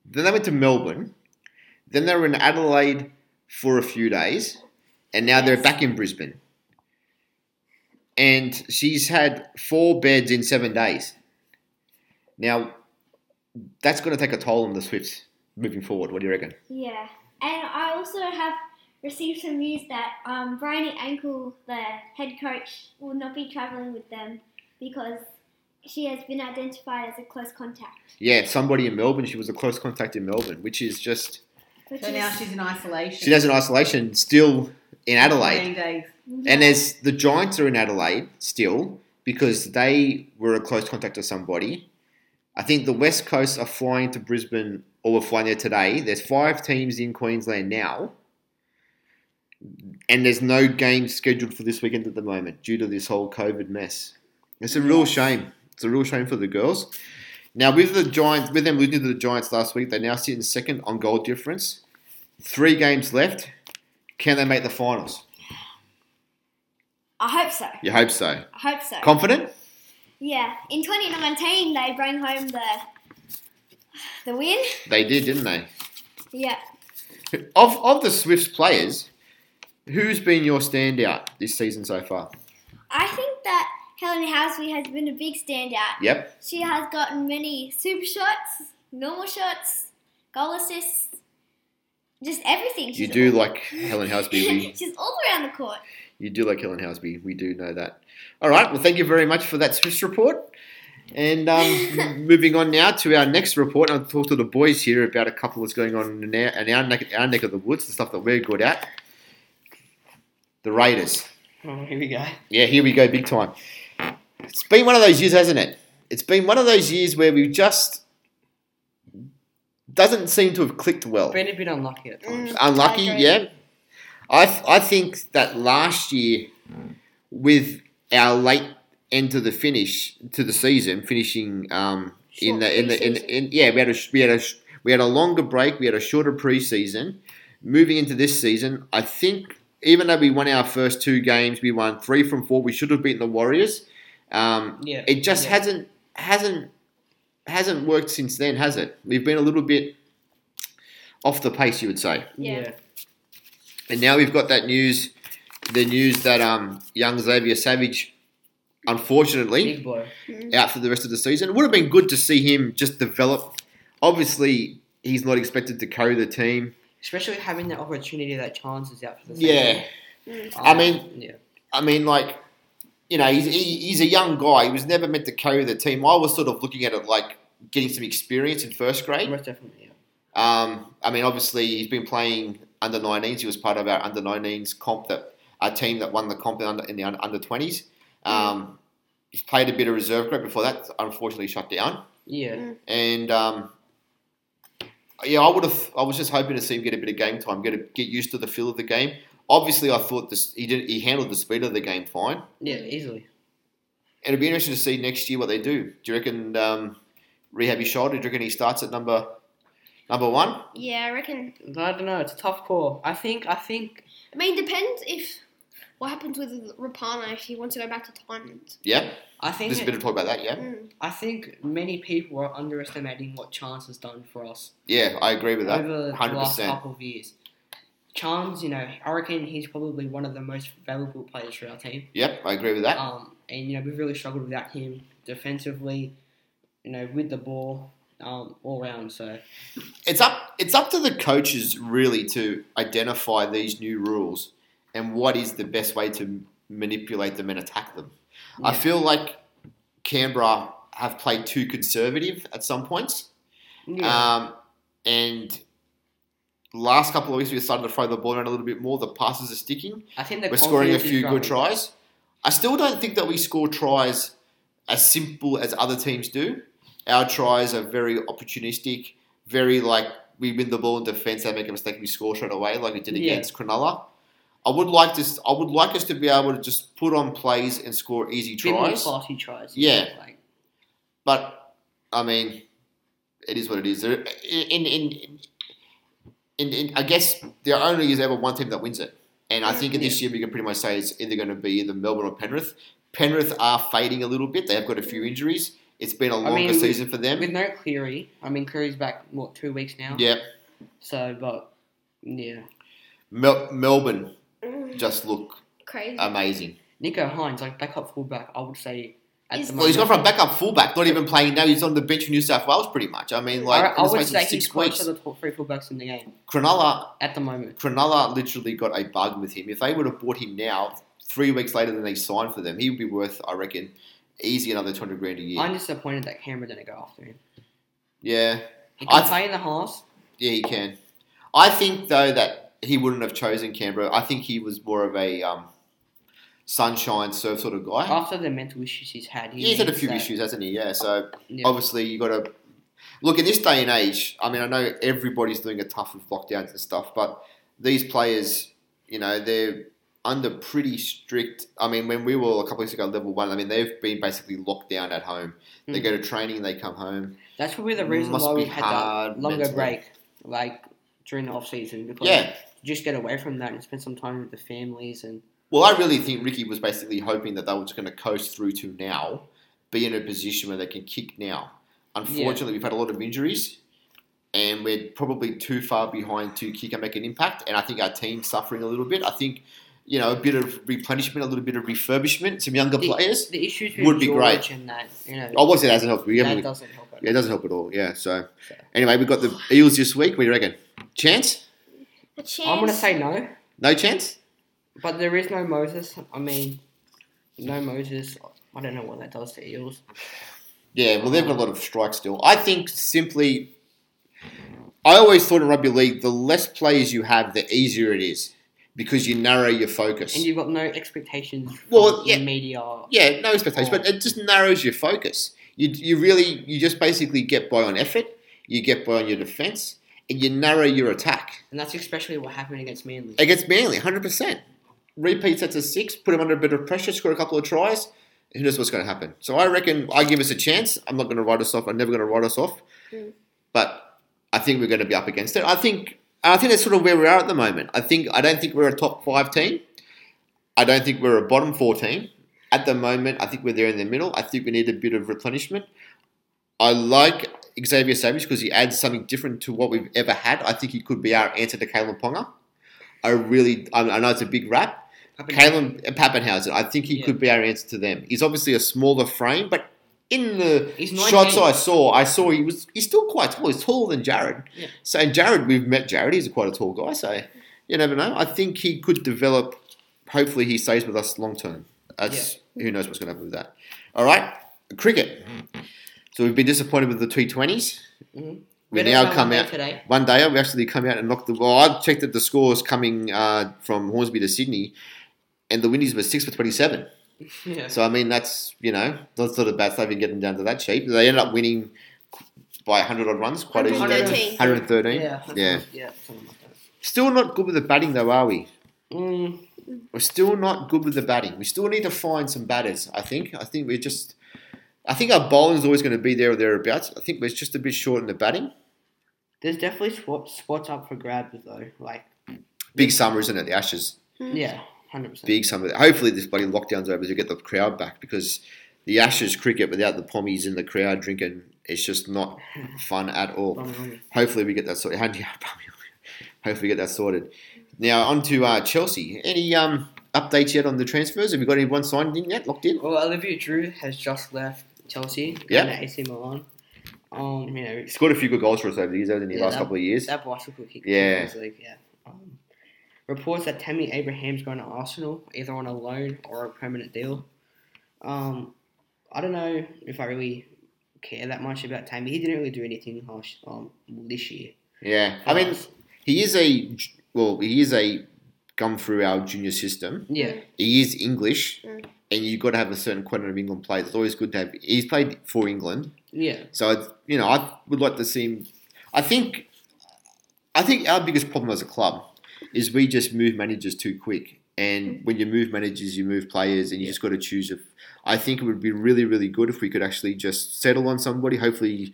then they went to Melbourne, then they were in Adelaide for a few days, and now they're
Yes.
back in Brisbane. And she's had four beds in seven days. Now, that's going to take a toll on the Swifts moving forward. What do you reckon?
Yeah. And I also have received some news that um, Bryony Ankle, the head coach, will not be travelling with them because she has been identified as a close contact.
Yeah, somebody in Melbourne. She was a close contact in Melbourne, which is just
Which
So
is,
now she's in isolation.
she does an isolation still in Adelaide.
Nine days.
And there's the Giants are in Adelaide still because they were a close contact of somebody. I think the West Coast are flying to Brisbane or were flying there today. There's five teams in Queensland now. And there's no games scheduled for this weekend at the moment due to this whole COVID mess. It's a real shame. It's a real shame for the girls. Now with the Giants, with them losing to the Giants last week, they now sit in second on goal difference. Three games left. Can they make the finals?
I hope so.
You hope so.
I hope so.
Confident?
yeah. In 2019, they bring home the the win.
They did, didn't they?
Yeah.
Of of the Swifts players, who's been your standout this season so far?
I think that Helen Housley has been a big standout.
Yep.
She has gotten many super shots, normal shots, goal assists, just everything.
You
She's
do
all-
like Helen Houseby. We,
She's all around the court.
you do like Helen Houseby. We do know that. All right. Well, thank you very much for that Swifts report. And um, moving on now to our next report, I'll talk to the boys here about a couple that's going on in our, in our, neck, our neck of the woods, the stuff that we're good at. The Raiders.
Oh, here we go.
Yeah, here we go, big time. It's been one of those years, hasn't it? It's been one of those years where we just doesn't seem to have clicked well.
Been a bit unlucky
Mm,
at times.
Unlucky,
I agree.
yeah. I th- I think that last year, with our late end to the finish to the season, finishing um, in
Short
the in the in,
pre-season.
in yeah, we had a sh- we had a sh- we had a longer break, we had a shorter preseason. Moving into this season, I think even though we won our first two games, we won three from four. We should have beaten the Warriors. Um,
Yeah.
it just
yeah.
hasn't hasn't hasn't worked since then, has it? We've been a little bit off the pace, you would say.
Yeah.
And now we've got that news, the news that um, young Xavier Savage, unfortunately,
Big blow.
out for the rest of the season. It would have been good to see him just develop. Obviously, he's not expected to carry the team.
Especially having that opportunity that chance is out for the
Yeah,
season.
I mean-
yeah.
I mean, like, you know, he's, he, he's a young guy. He was never meant to carry the team. I was sort of looking at it like getting some experience in first grade.
Most definitely.
Um, I mean, obviously, he's been playing under 19s. He was part of our under 19s comp that our team that won the comp in, under, in the un- under 20s. Um, he's played a bit of reserve grade before that. Unfortunately, shut down.
Yeah.
Mm.
yeah.
And um, yeah, I would have. I was just hoping to see him get a bit of game time, get a, get used to the feel of the game. Obviously, I thought this he did. He handled the speed of the game fine.
Yeah,
mm.
easily.
And it'll be interesting to see next year what they do. Do you reckon um, rehab his shoulder? Do you reckon he starts at number number one?
Yeah, I reckon.
I don't know. It's a tough call. I think. I think.
I mean, depends if what happens with Rapana if he wants to go back to Thailand.
Yeah,
I think.
there's a bit of talk about that. Yeah.
Mm.
I think many people are underestimating what Chance has done for us
Yeah, I agree with that.
over the
Hundred
last
percent.
couple of years. Chance, you know, I reckon he's probably one of the most valuable players for our team.
Yep, I agree with that.
Um, and you know, we've really struggled without him defensively. You know, with the ball, um, all round. So
It's up. It's up to the coaches really to identify these new rules and what is the best way to manipulate them and attack them. I
Yeah.
feel like Canberra have played too conservative at some points,
yeah,
um, and last couple of weeks we started to throw the ball around a little bit more. The passes are sticking.
I think the
We're scoring a
confidence is
few good
growing.
tries. I still don't think that we score tries as simple as other teams do. Our tries are very opportunistic, very like we win the ball in defence, they make a mistake, we score straight away, like we did
Yeah.
against Cronulla. I would like this. I would like us to be able to just put on plays and score easy
Bit more
tries.
classy tries.
Yeah.
like
But I mean, it is what it is. There- In in in, in, in I guess there only is ever one team that wins it, and I think in this year we can pretty much say it's either going to be either Melbourne or Penrith. Penrith are fading a little bit. They have got a few injuries. It's been a longer
mean, with-
season for them.
with no Cleary. I mean, Cleary's back what two weeks now.
yeah,
So, but yeah,
Mel- Melbourne
Mm.
just look
Crazy.
amazing.
Nico Hines, like backup fullback, I would say at
He's-
the
Well, he's
moment.
gone from backup fullback, not even playing now. He's on the bench for New South Wales, pretty much. I mean, like
I,
in
I
the
would
space of
say he's
six
close
weeks.
to the top three fullbacks in the game
Cronulla
at the moment.
Cronulla literally got a bargain with him. If they would have bought him now, three weeks later than they signed for them, he would be worth, I reckon, easy another 200 grand a year.
I'm disappointed that Canberra didn't go after him.
yeah,
He
I
can
th-
play in the halves.
yeah, he can. I think, though, that he wouldn't have chosen Canberra. I think he was more of a um, sunshine surf sort of guy.
After the mental issues he's had, he
He's had a
needs
few
that-
issues, hasn't he? Yeah, so
Yeah.
obviously you got to look in this day and age. I mean, I know everybody's doing a tough with lockdowns and stuff, but these players, you know, they're under pretty strict. I mean, when we were a couple weeks ago, level one. I mean, they've been basically locked down at home. They
Mm.
go to training, they come home.
That's probably the reason
Must
why we
be
had
hard
that longer
mentally.
break, like during the off season, because
Yeah.
you just get away from that and spend some time with the families and
Well, I really think Ricky was basically hoping that they were just going to coast through to now, be in a position where they can kick now. Unfortunately, we've had a lot of injuries, and we're probably too far behind to kick and make an impact. And I think our team's suffering a little bit. I think, you know, a bit of replenishment, a little bit of refurbishment, some younger
The-
players.
the issues with
Would be
George and that you know
Oh, Obviously, that doesn't help. We
that
haven't,
doesn't help. At
yeah, it doesn't help at all. Yeah. So,
So.
anyway, we've got the Eels this week. What do you reckon? Chance?
A chance.
all. I'm gonna say no,
No chance?
but there is no Moses. I mean, no Moses. I don't know what that does to Eels.
Yeah, well, they've got a lot of strikes still. I think simply, I always thought in rugby league, the less players you have, the easier it is because you narrow your focus.
And you've got no expectations from
Well, yeah.
the media.
yeah, no expectations, but it just narrows your focus. You, you really, you just basically get by on effort, you get by on your defence, and you narrow your attack.
And that's especially what happened against Manly.
Against Manly, 100%. Repeat sets of six, put them under a bit of pressure, score a couple of tries. Who knows what's going to happen? So I reckon I give us a chance. I'm not going to write us off. I'm never going to write us off.
Mm.
But I think we're going to be up against it. I think I think that's sort of where we are at the moment. I think I don't think we're a top five team. I don't think we're a bottom four team. At the moment, I think we're there in the middle. I think we need a bit of replenishment. I like Xavier Savage because he adds something different to what we've ever had. I think he could be our answer to Kalen Ponga. I really, I, I know it's a big rap.
Up until-
Kalen Pappenhausen, I think he
Yeah.
could be our answer to them. He's obviously a smaller frame, but in the
He's 19.
shots I saw, I saw he was he's still quite tall. He's taller than Jared.
Yeah.
So and Jared, we've met Jared. He's quite a tall guy. So you never know. I think he could develop. Hopefully, he stays with us long term. That's who knows what's going to happen with that. All right, cricket.
Mm-hmm.
So we've been disappointed with the T20s.
Mhm.
We
Better
now
than
come
one day
out
today.
one day I've actually come out and knocked the well. I checked at the scores coming uh, from Hornsby to Sydney, and the Windies were six for twenty-seven.
Yeah.
So I mean, that's you know that's not a bad stuff. You can get them down to that cheap. They ended up winning by hundred odd runs, quite easily.
113.
Hundred thirteen.
Yeah.
Yeah.
Yeah. Something like that.
Still not good with the batting though, are we?
Mm,
We're still not good with the batting. We still need to find some batters. I think. I think we're just. I think our bowling's always going to be there or thereabouts. I think we're just a bit short in the batting.
there's definitely swap, spots up for grabs though. Like
Big summer, isn't it? The Ashes.
yeah, hundred percent.
big summer. Hopefully, this bloody lockdown's over to get the crowd back because the Ashes cricket without the pommies in the crowd drinking, it's just not fun at all. Hopefully, we get that sorted. Hopefully, we get that sorted. Now on to uh, Chelsea. Any um, updates yet on the transfers? Have we got anyone signed in yet? Locked in?
Well, Olivia Drew has just left Chelsea.
Yeah.
going to AC Milan. Um, you know,
Scored a few good goals for us over the years, over the
Yeah,
last
that-
couple of years.
that bicycle kick.
Yeah.
Champions League, yeah. Um, reports that Tammy Abraham's going to Arsenal, either on a loan or a permanent deal. Um, I don't know if I really care that much about Tammy. He didn't really do anything last um this year.
yeah, I mean, he is a well, he is a come through our junior system.
yeah,
he is English,
Mm.
and you've got to have a certain quota of England players. It's always good to have. He's played for England,
yeah,
so it's, you know I would like to see him. I think, I think our biggest problem as a club is we just move managers too quick.
Mm.
And when you move managers, you move players, and you just got to choose. If I think it would be really, really good if we could actually just settle on somebody. Hopefully,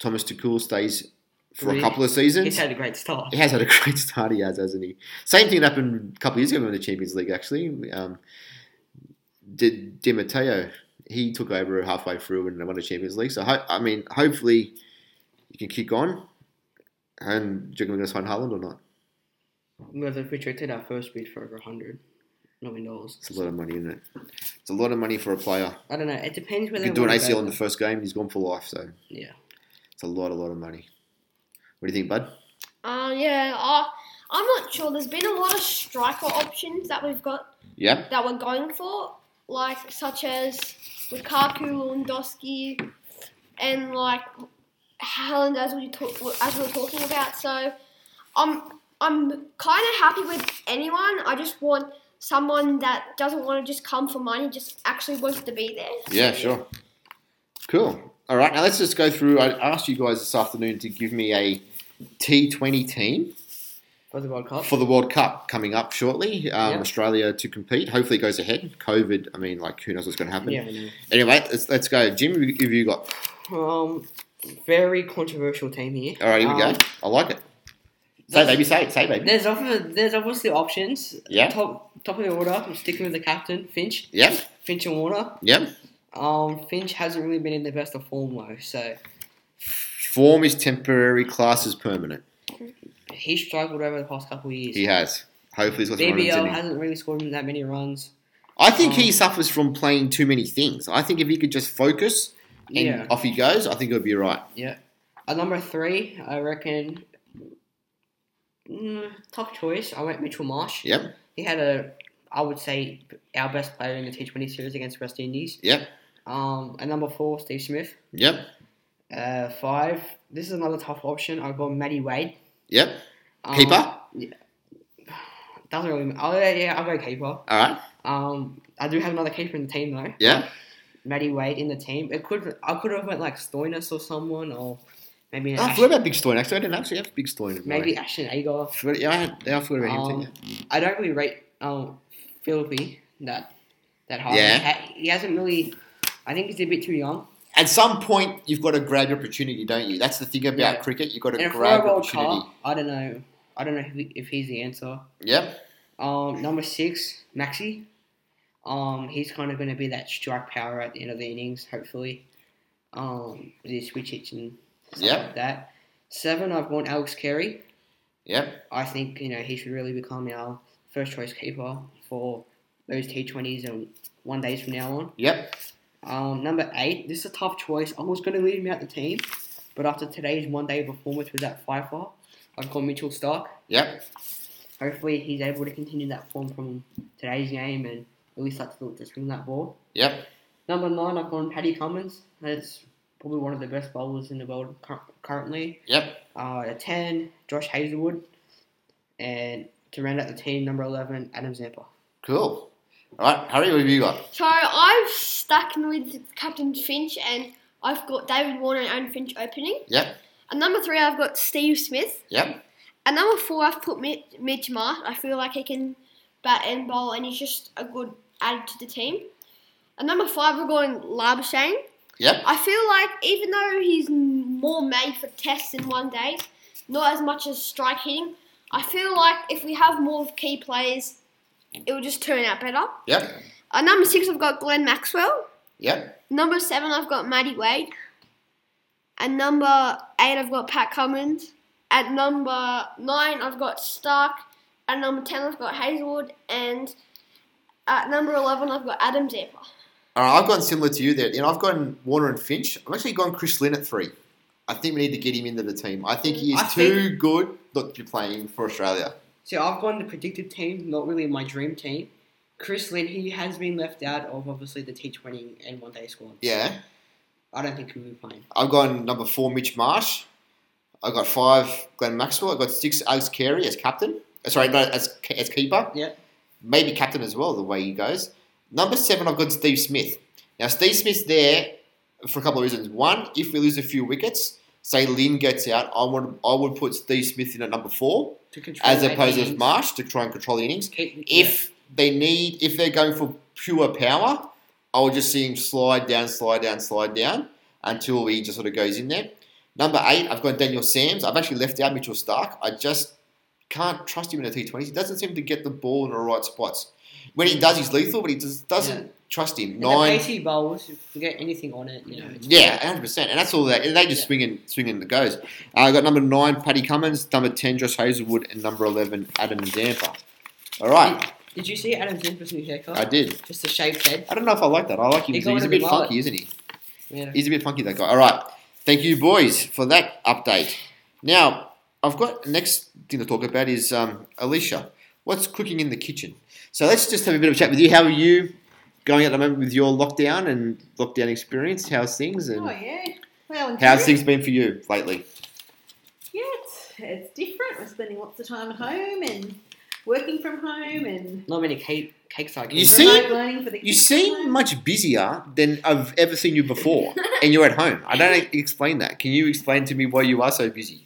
Thomas Tuchel stays for a
Really?
couple of seasons.
he's had a great start.
He has had a great start, he has, hasn't he? Same thing happened a couple of years ago in the Champions League, actually. Um, Di Di Matteo, he took over halfway through and won the Champions League. So, ho- I mean, hopefully you can kick on. And do you reckon we're going to sign Haaland or not?
We've rejected our first bid for over hundred million dollars.
It's a lot of money, isn't it? It's a lot of money for a player.
I don't know. It depends
You
whether
can do an
we wanna
ACL
go
in the
with-
first game, he's gone for life. So,
yeah.
it's a lot, a lot of money. What do you think, bud?
Uh, yeah. Uh, I'm not sure. There's been a lot of striker options that we've got
Yeah.
that we're going for, like such as Lukaku, Lewandowski, and like Haaland, as we talk, as we were talking about. So, I'm I'm kind of happy with anyone. I just want someone that doesn't want to just come for money, just actually wants to be there.
Yeah, sure. Cool. All right, now let's just go through. I asked you guys this afternoon to give me a T20 team.
for the World Cup.
for the World Cup coming up shortly. Um,
Yeah.
Australia to compete. Hopefully, it goes ahead. COVID. I mean, like, who knows what's going to happen?
yeah, I know.
Anyway, let's, let's go. Jim, who have you got?
Um, very controversial team here.
All right, here we
Um,
go. I like it. Say, baby. Say it. Say, baby.
There's obvi- there's obviously options.
Yeah.
Top top of the order. I'm sticking with the captain, Finch.
Yeah.
Finch and Warner.
Yeah.
Um, Finch hasn't really been in the best of form though, so
Form is temporary. Class is permanent.
he struggled over the past couple of years.
He has. Hopefully, he's got some runs in
BBL
him.
hasn't really scored him that many runs.
I think he
um,
suffers from playing too many things. I think if he could just focus and
Yeah.
off he goes, I think he'll be right.
At number three, I reckon. Mm, tough choice. I went Mitchell Marsh.
Yep.
He had a, I would say, our best player in the T20 series against West Indies.
Yep.
Um, at number four, Steve Smith.
Yep.
Uh, five. This is another tough option. I've got Matty Wade.
Yep.
Um,
Keeper?
Yeah. Doesn't really. Oh yeah, yeah. I'll go keeper.
All right.
Um, I do have another keeper in the team though.
Yeah.
Matty Wade in the team. It could. I could have went like Stoinis or someone, or maybe an
Oh, I
Ash-
forgot Ah, about Big Stoin. Actually, I didn't actually have Big Stoin. in my-
maybe Ashton Agar.
Forgot- yeah, I, had, yeah, I forgot about him too.
Um,
yeah.
I don't really rate um Philippi that that high.
Yeah.
He, ha- he hasn't really. I think he's a bit too young.
At some point, you've got to grab your opportunity, don't you? That's the thing about
Yeah.
cricket. You've got to
And for
grab
a
your
World
opportunity.
Cup, I don't know. I don't know if, he, if he's the answer.
Yep.
Um, number six, Maxi. Um, he's kind of going to be that strike power at the end of the innings, hopefully. Um, with his switch hitch and stuff
Yeah.
like that. Seven, I've gone Alex Carey.
Yep.
I think you know he should really become our first choice keeper for those T20s and one days from now on.
Yep.
Um, number eight, this is a tough choice. I was going to leave him out the team, but after today's one day performance with that fifer, I've got Mitchell Stark.
Yep.
Hopefully, he's able to continue that form from today's game and really start to look to swing that ball.
Yep.
Number nine, I've gone Paddy Cummins. That's probably one of the best bowlers in the world cur- currently.
Yep.
Uh, at 10, Josh Hazelwood. And to round out the team, number 11, Adam Zampa.
Cool. All right, Harry, what have you got?
So I've stuck with Captain Finch and I've got David Warner and Aaron Finch opening.
Yep.
At number three, I've got Steve Smith.
Yep.
At number four, I've put Mi- Mitch Marsh. I feel like he can bat and bowl, and he's just a good added to the team. At number five, we're going Labuschagne.
Yep.
I feel like even though he's m- more made for tests in one day, not as much as strike hitting, I feel like if we have more key players, it will just turn out better.
Yep.
At number six, I've got Glenn Maxwell.
Yep.
Number seven, I've got Maddie Wade. At number eight, I've got Pat Cummins. At number nine, I've got Stark. At number ten, I've got Hazelwood. And at number eleven, I've got Adam Zampa.
All right, I've gone similar to you there. You know, I've gone Warner and Finch. I've actually gone Chris Lynn at three. I think we need to get him into the team. I think he is
I
too good not to be playing for Australia.
So I've gone the predicted team, not really my dream team. Chris Lynn, he has been left out of obviously the T20 and one day squad.
Yeah.
I don't think he'll be playing.
I've gone number four, Mitch Marsh. I've got five, Glenn Maxwell. I've got six, Alex Carey as captain. Uh, Sorry, no, as, as keeper.
Yeah.
Maybe captain as well, the way he goes. Number seven, I've got Steve Smith. Now, Steve Smith's there for a couple of reasons. One, if we lose a few wickets, say Lynn gets out, I would, I would put Steve Smith in at number four,
To control
as
that
opposed to
innings.
Marsh to try and control the innings.
Keep- yeah.
If they need, if they're going for pure power, I will just see him slide down, slide down, slide down until he just sort of goes in there. Number eight, I've got Daniel Sams. I've actually left out Mitchell Stark. I just can't trust him in the T20s. He doesn't seem to get the ball in the right spots. When he does, he's lethal, but he just doesn't
Yeah.
trust him.
And the
Nine,
pace he bowls, if you get anything on it, you know, it's
yeah, hundred percent, and that's all that. And they just
Yeah.
swing and swing and it goes. Uh, I got number nine, Paddy Cummins. Number ten, Josh Hazelwood, and number eleven, Adam Zampa. All right,
Did you see Adam Zimpa's new haircut?
I did.
Just a shaved head.
I don't know if I like that. I like him. He's,
He's
he's
already
a bit
been like
funky, isn't he?
Yeah.
He's a bit funky, that guy. All right. Thank you, boys, for that update. Now, I've got next thing to talk about is um, Alicia. What's cooking in the kitchen? So let's just have a bit of a chat with you. How are you going at the moment with your lockdown and lockdown experience? How's things
Oh
and
yeah. Well, and
how's
true.
things been for you lately?
Yeah, it's, it's different. We're spending lots of time at home and working from home and
Not many cake, cakes I
You
can-
see?
remote learning for the
You
kids.
seem much busier than I've ever seen you before, and you're at home. I don't explain that. Can you explain to me why you are so busy?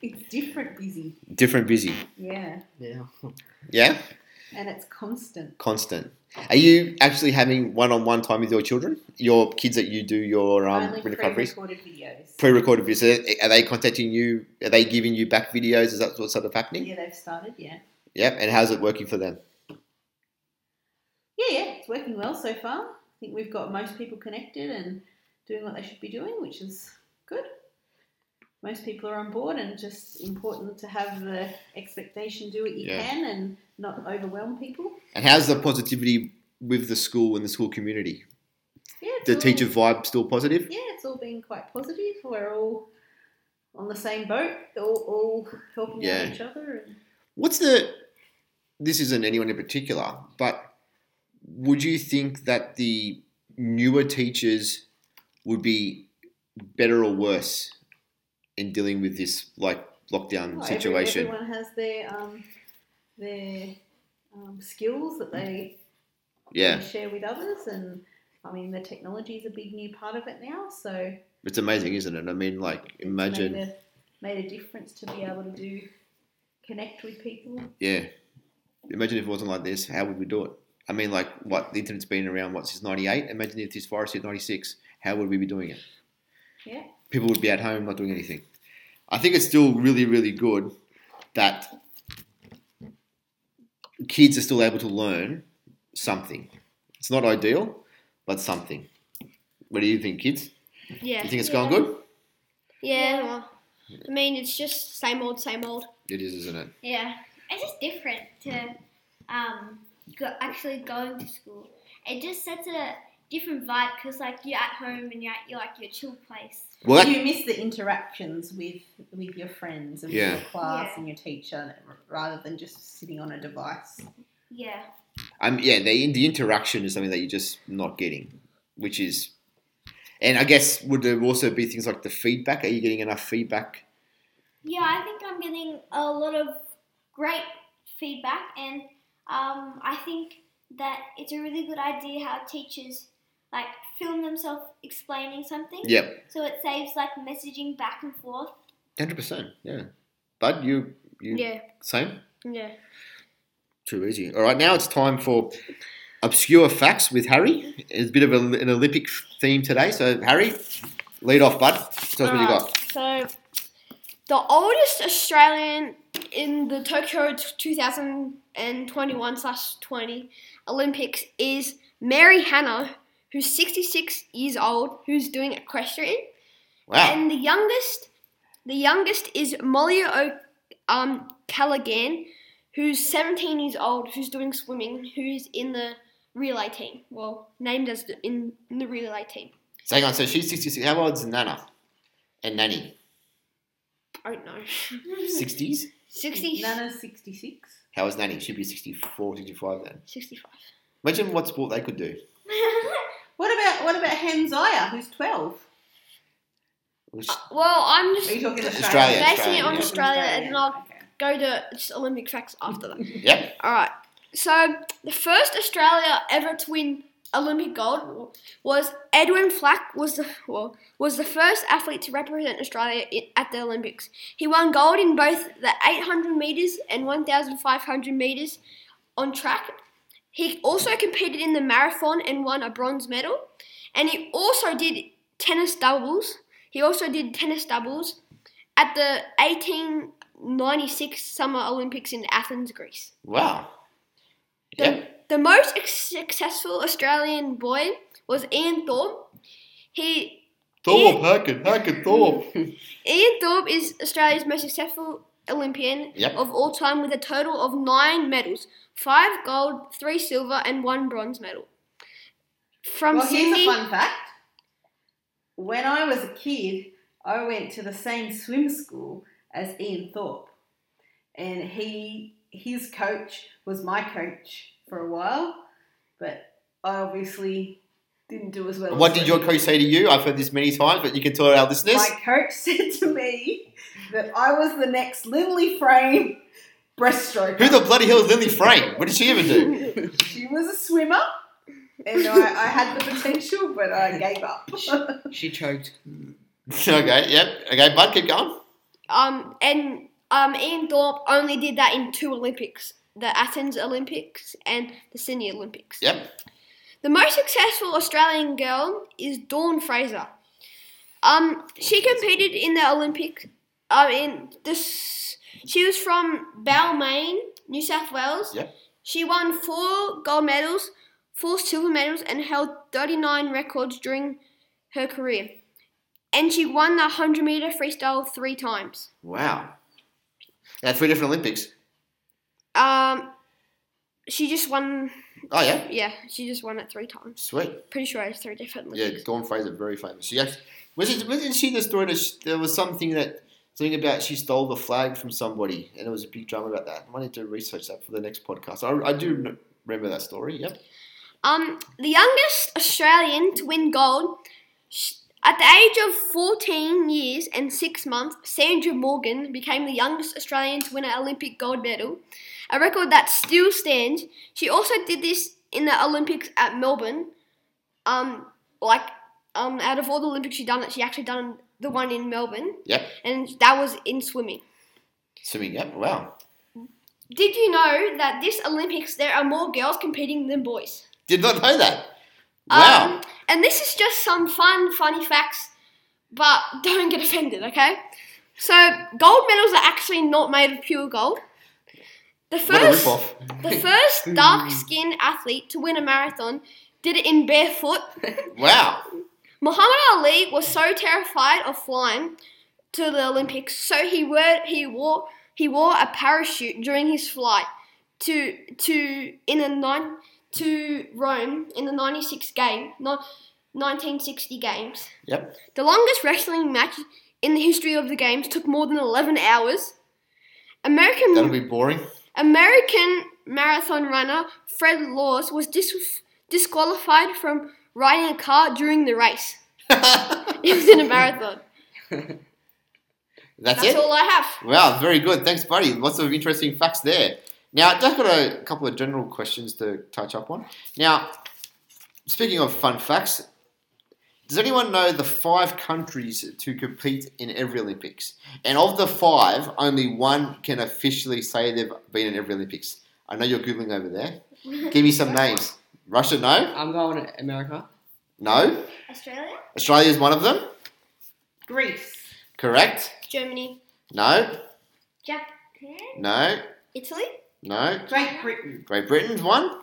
It's different busy.
Different busy.
Yeah.
Yeah.
Yeah?
And it's constant.
Constant. Are you actually having one on one time with your children? Your kids that you do your um,
Only
recoveries?
pre-recorded videos.
Pre recorded videos. Are they contacting you? Are they giving you back videos? Is that what's sort of happening?
yeah, they've started. Yeah.
Yep. And how's it working for them?
Yeah, yeah, it's working well so far. I think we've got most people connected and doing what they should be doing, which is good. Most people are on board, and it's just important to have the expectation: do what you
Yeah.
can and not overwhelm people.
And how's the positivity with the school and the school community?
Yeah, it's
The
all-
teacher vibe still positive?
Yeah, it's all been quite positive. We're all on the same boat, all, all helping
Yeah.
out each other. And
What's the? This isn't anyone in particular, but would you think that the newer teachers would be better or worse in dealing with this like lockdown
well, every-
situation?
everyone has their um, their um, skills that they
yeah,
and share with others. And I mean, the technology is a big new part of it now, so
it's amazing, isn't it? I mean, like imagine,
made a, made a difference to be able to do connect with people.
yeah, imagine if it wasn't like this, how would we do it? I mean, like what the internet's been around what since '98. Imagine if this virus hit '96, how would we be doing it?
Yeah,
people would be at home not doing anything. I think it's still really, really good that kids are still able to learn something. It's not ideal, but something. What do you think, kids?
Yeah.
You think it's going good?
Yeah. well, I mean, it's just same old, same old.
It is, isn't it?
Yeah, it's just different to um, go, actually going to school. It just sets a different vibe because like you're at home and you're at your like your chill place.
Well, that,
you miss the interactions with with your friends and
Yeah.
with your class
Yeah.
and your teacher, rather than just sitting on a device.
Yeah,
um, yeah, the, the interaction is something that you're just not getting, which is, and I guess would there also be things like the feedback? Are you getting enough feedback?
yeah. I think I'm getting a lot of great feedback, and um, I think that it's a really good idea how teachers like film themselves explaining something.
Yep,
So it saves like messaging back and forth.
hundred percent. Yeah, Bud, you, you
Yeah.
same.
Yeah.
Too easy. All right, now it's time for obscure facts with Harry. It's a bit of a, an Olympic theme today. So, Harry, lead off, bud. Tell us what you
Ah.
got.
So, the oldest Australian in the Tokyo 2021 slash 20 Olympics is Mary Hannah, who's 66 years old, who's doing equestrian.
Wow.
And the youngest, the youngest is Molly O. Um, Callaghan, who's 17 years old, who's doing swimming, who's in the relay team. Well, named as the, in, in the relay team.
so, hang on. So, she's 66. How old's Nana? And Nanny?
I don't know.
60s?
60,
Nana's sixty six.
How old's Nanny? She'd be 64, 65 then.
65.
Imagine what sport they could do.
What about what about Hanziah, who's twelve?
Which-
Well, I'm
Are you
just
talking
Australia,
Australia?
Australia,
basing it on
yeah.
Australia, and I'll
Okay.
go to just Olympic facts after that.
yep.
All right. So the first Australia ever to win Olympic gold was Edwin Flack was the well, was the first athlete to represent Australia i- at the Olympics. He won gold in both the 800 meters and 1500 meters on track. He also competed in the marathon and won a bronze medal. And he also did tennis doubles. He also did tennis doubles at the 1896 Summer Olympics in Athens, Greece.
Wow.
The,
Yep.
the most ex- successful Australian boy was Ian Thorpe. He
Thorpe, Hackett, Hackett, Thorpe.
Ian Thorpe is Australia's most successful Olympian
Yep.
of all time with a total of nine medals: five gold, three silver, and one bronze medal. From
well,
Sydney,
here's a fun fact. When I was a kid, I went to the same swim school as Ian Thorpe, and he his coach was my coach for a while, but I obviously didn't do as well.
What
as
did
him.
your coach say to you? I've heard this many times, but you can tell our listeners.
My coach said to me that I was the next Lindley Frame breaststroker.
Who the bloody hell is Lily Frank? What did she even do?
she was a swimmer, and I, I had the potential, but I gave up.
She choked.
okay, yep. Okay, bud, keep going.
Um, and um, Ian Thorpe only did that in two Olympics the Athens Olympics and the Sydney Olympics.
Yep.
The most successful Australian girl is Dawn Fraser. Um, she competed in the Olympics. Um, in this, she was from Balmain, New South Wales.
Yep.
She won four gold medals, four silver medals, and held 39 records during her career. And she won the 100 meter freestyle three times.
Wow. Yeah, three different Olympics.
Um, she just won.
Oh yeah,
Yeah, she just won it three times.
sweet.
Pretty sure it's three different
Yeah,
leagues.
Dawn Fraser, very famous. She actually, was it, wasn't she the story that she, there was something that something about she stole the flag from somebody, and it was a big drama about that. I might need to research that for the next podcast. I, I do kn- remember that story. Yep.
Um, the youngest Australian to win gold sh- at the age of 14 years and 6 months, Sandra Morgan became the youngest Australian to win an Olympic gold medal, a record that still stands. She also did this in the Olympics at Melbourne. Um, like um, out of all the Olympics she done it, she actually done the one in Melbourne,
Yep.
and that was in swimming.
Swimming. Yep. Wow.
Did you know that this Olympics there are more girls competing than boys?
Did not know that. Wow.
Um, and this is just some fun, funny facts, but don't get offended, okay? So, gold medals are actually not made of pure gold. The
what a
first,
rip-off.
the first dark-skinned athlete to win a marathon did it in barefoot.
Wow.
Muhammad Ali was so terrified of flying to the Olympics, so he wore he wore he wore a parachute during his flight to to in the nine to Rome in the ninety six game, not nineteen sixty games.
Yep.
The longest wrestling match in the history of the games took more than eleven hours. American
That'll be boring.
American marathon runner Fred Laws was dis- disqualified from riding a car during the race. It was in a marathon.
That's,
That's
it.
all I have.
Wow, very good. Thanks, buddy. Lots of interesting facts there. Now, just got a couple of general questions to touch up on. Now, speaking of fun facts, does anyone know the five countries to compete in every Olympics? And of the five, only one can officially say they've been in every Olympics. I know you're Googling over there. Give me some names. Russia, no?
I'm going to America.
No?
Australia?
Australia's one of them?
Greece.
Correct?
Germany,
No?
Japan?
No?
Italy.
No?
Great Britain.
Great Britain's one?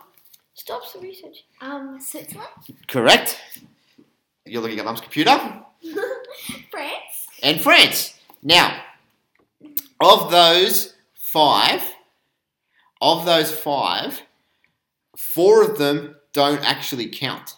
Stop some research.
Um, Switzerland?
Correct. You're looking at Mum's computer.
France?
And France. Now, of those five, of those five, four of them don't actually count.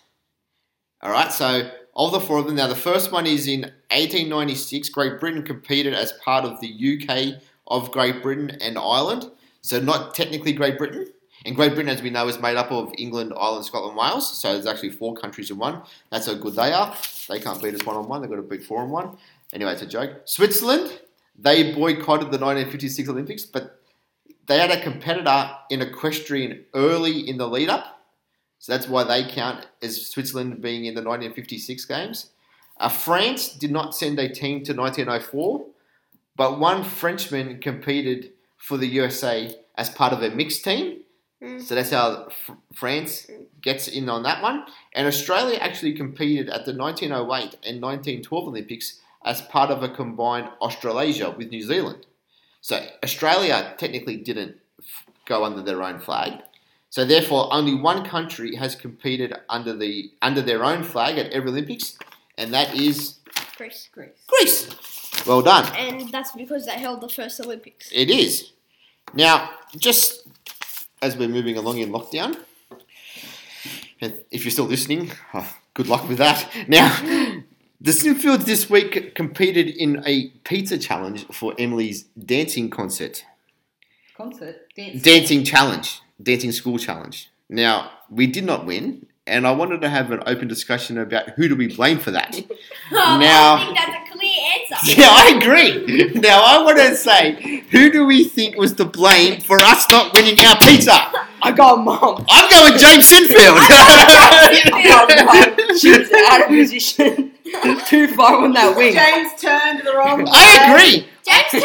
All right, so of the four of them, now the first one is in 1896, Great Britain competed as part of the UK of Great Britain and Ireland, so not technically Great Britain. And Great Britain, as we know, is made up of England, Ireland, Scotland, Wales, so there's actually four countries in one. That's how good they are. They can't beat us one on one, they've got to beat four on one. Anyway, it's a joke. Switzerland, they boycotted the 1956 Olympics, but they had a competitor in equestrian early in the lead up. So that's why they count as Switzerland being in the 1956 Games. Uh, France did not send a team to 1904, but one Frenchman competed for the USA as part of a mixed team.
Mm.
So that's how Fr- France gets in on that one. And Australia actually competed at the 1908 and 1912 Olympics as part of a combined Australasia with New Zealand. So Australia technically didn't f- go under their own flag. So therefore, only one country has competed under the under their own flag at every Olympics, and that is
Greece.
Greece.
Greece. Well done.
And that's because they held the first Olympics.
It is. Now, just as we're moving along in lockdown, and if you're still listening, oh, good luck with that. Now, the Sinfields this week competed in a pizza challenge for Emily's dancing concert.
Concert. Dance.
Dancing challenge, dancing school challenge. Now, we did not win, and I wanted to have an open discussion about who do we blame for that. Now-
I think that's a clear answer.
Yeah, I agree. Now I want to say, who do we think was to blame for us not winning our pizza?
I got mom.
I'm going James Sinfield.
She was out of position. Too far on that wing.
James turned the wrong way.
I agree.
James
James
turned the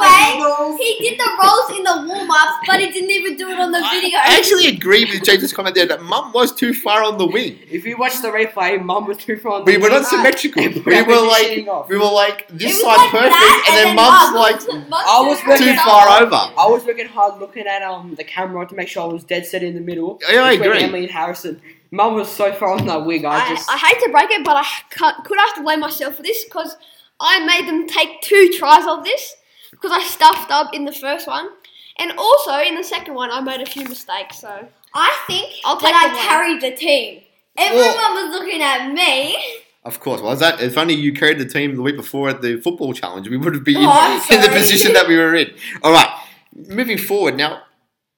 got the
way.
giggles.
He did the rolls in the warm ups, but he didn't even do it on the video.
I actually agree with James's comment there that Mum was too far on the wing.
If you watch the replay, Mum was too far. on the
We were not
wing.
symmetrical.
And
We
Brad
were
was
like
shitting off.
we were like this
It was
side
like
perfect,
that,
and, then
Mum-
Mum's like
Mum's
I was
too
working
too
Mum-
far over.
I was working hard looking at um the camera to make sure I was dead set in the middle.
Yeah, I
between
agree.
Emily and Harrison. Mum was so far on that wig. I
I,
just
I hate to break it, but I can't, could have to blame myself for this because I made them take two tries of this because I stuffed up in the first one. And also in the second one, I made a few mistakes, so
I think
I'll take
that
the
I carried
one.
the team. Everyone was looking at me.
Of course. Well, is that if only you carried the team the week before at the football challenge, we would have been
Oh, I'm
in the
sorry.
position that we were in. All right. Moving forward now.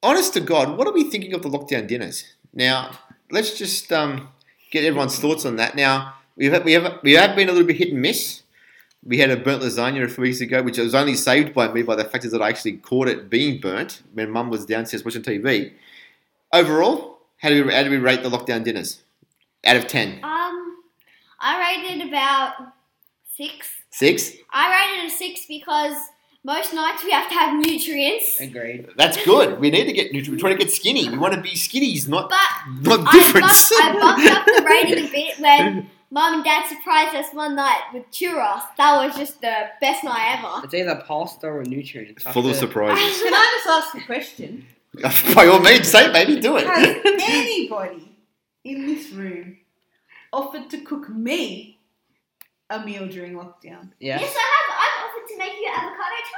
Honest to God, what are we thinking of the lockdown dinners? Now, let's just um, get everyone's thoughts on that. Now, we've had, we have we have been a little bit hit and miss. We had a burnt lasagna a few weeks ago, which was only saved by me by the fact is that I actually caught it being burnt when Mum was downstairs watching TV. Overall, how do we, how do we rate the lockdown dinners? Out of ten,
Uh,
Um, I rated about six.
six.
I rated a six because most nights we have to have nutrients.
agreed.
That's good. We need to get nutri- We're trying to get skinny. We want to be skinnies, not
But
not
I
different.
bumped, I bumped up the rating a bit when mum and dad surprised us one night with churros. That was just the best night ever.
It's either pasta or nutrients.
Full of
After-
surprises.
Can I just ask a question?
By all means, say it, baby, do
Has
it.
anybody in this room offered to cook me a meal during lockdown?
Yeah.
Yes, I have. I've offered to make you avocado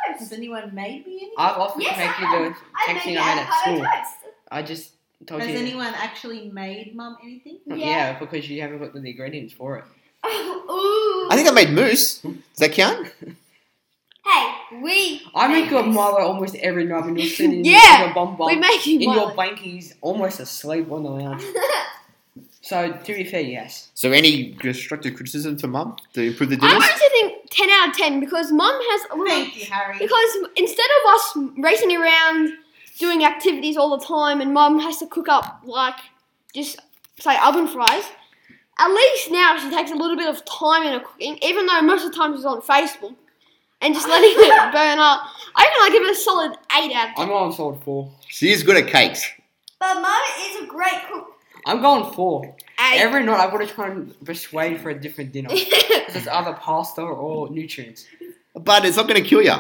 Has
toast.
anyone made me any?
I've offered
Yes,
to make
I
you the
I made
texting
you
I made at
avocado
school.
toast.
I just
Oh,
told
Has
you.
anyone actually made mum anything?
yeah.
Yeah.
because you haven't got the ingredients for it.
Ooh.
I think I made moose. Does that count?
hey, we.
I make your
Nice.
Milo almost every night when you're sitting in
Yeah.
your bum bum
we're making
in your
one.
blankies, almost asleep on the lounge. So to be fair, yes.
So, any constructive criticism to mum to improve the
I
dinners?
honestly think 10 out of 10 because mum has a little.
Thank you, Harry.
Because instead of us racing around doing activities all the time and mum has to cook up, like, just say oven fries, at least now she takes a little bit of time in her cooking, even though most of the time she's on Facebook and just letting it burn up. I reckon I give it a solid 8 out of 10.
I'm going solid four.
She is good at cakes.
But Mum is a great cook.
I'm going four.
Eight.
Every night I want to try and persuade for a different dinner. Because it's either pasta or nutrients.
But it's not going to kill you.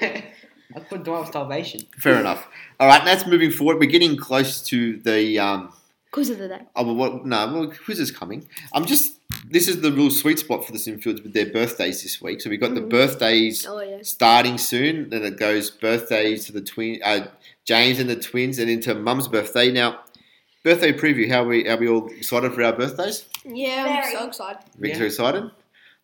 I could die of starvation.
Fair enough. All right, that's moving forward. We're getting close to the um,
Because of the day.
Oh, well, what, no, well, quiz is coming. I'm just. This is the real sweet spot for the Sinfields with their birthdays this week. So we've got the
Mm-hmm.
Mhm.
birthdays
Oh, yes.
starting soon. Then it goes birthdays to the twin, uh, James and the twins, and into Mum's birthday. Now, birthday preview. How are we? Are we all excited for our birthdays?
Yeah,
I'm
I'm
so
so excited.
Victor
Yeah.
excited.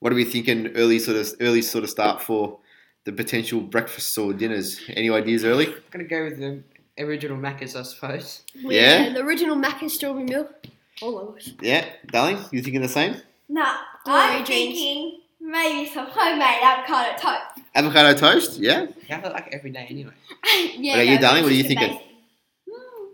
What are we thinking? Early sort of early sort of start for the potential breakfasts or dinners. Any ideas early?
I'm going to go with the original Macca's, I suppose.
Yeah?
The original mac and strawberry milk. All of us.
Yeah, darling, you thinking the same?
No,
Glory
I'm
dreams.
thinking maybe some homemade avocado toast.
Avocado toast. Yeah.
You have that like every day anyway.
yeah,
What are you,
no,
darling? What are you
just
thinking?
amazing.
Hmm.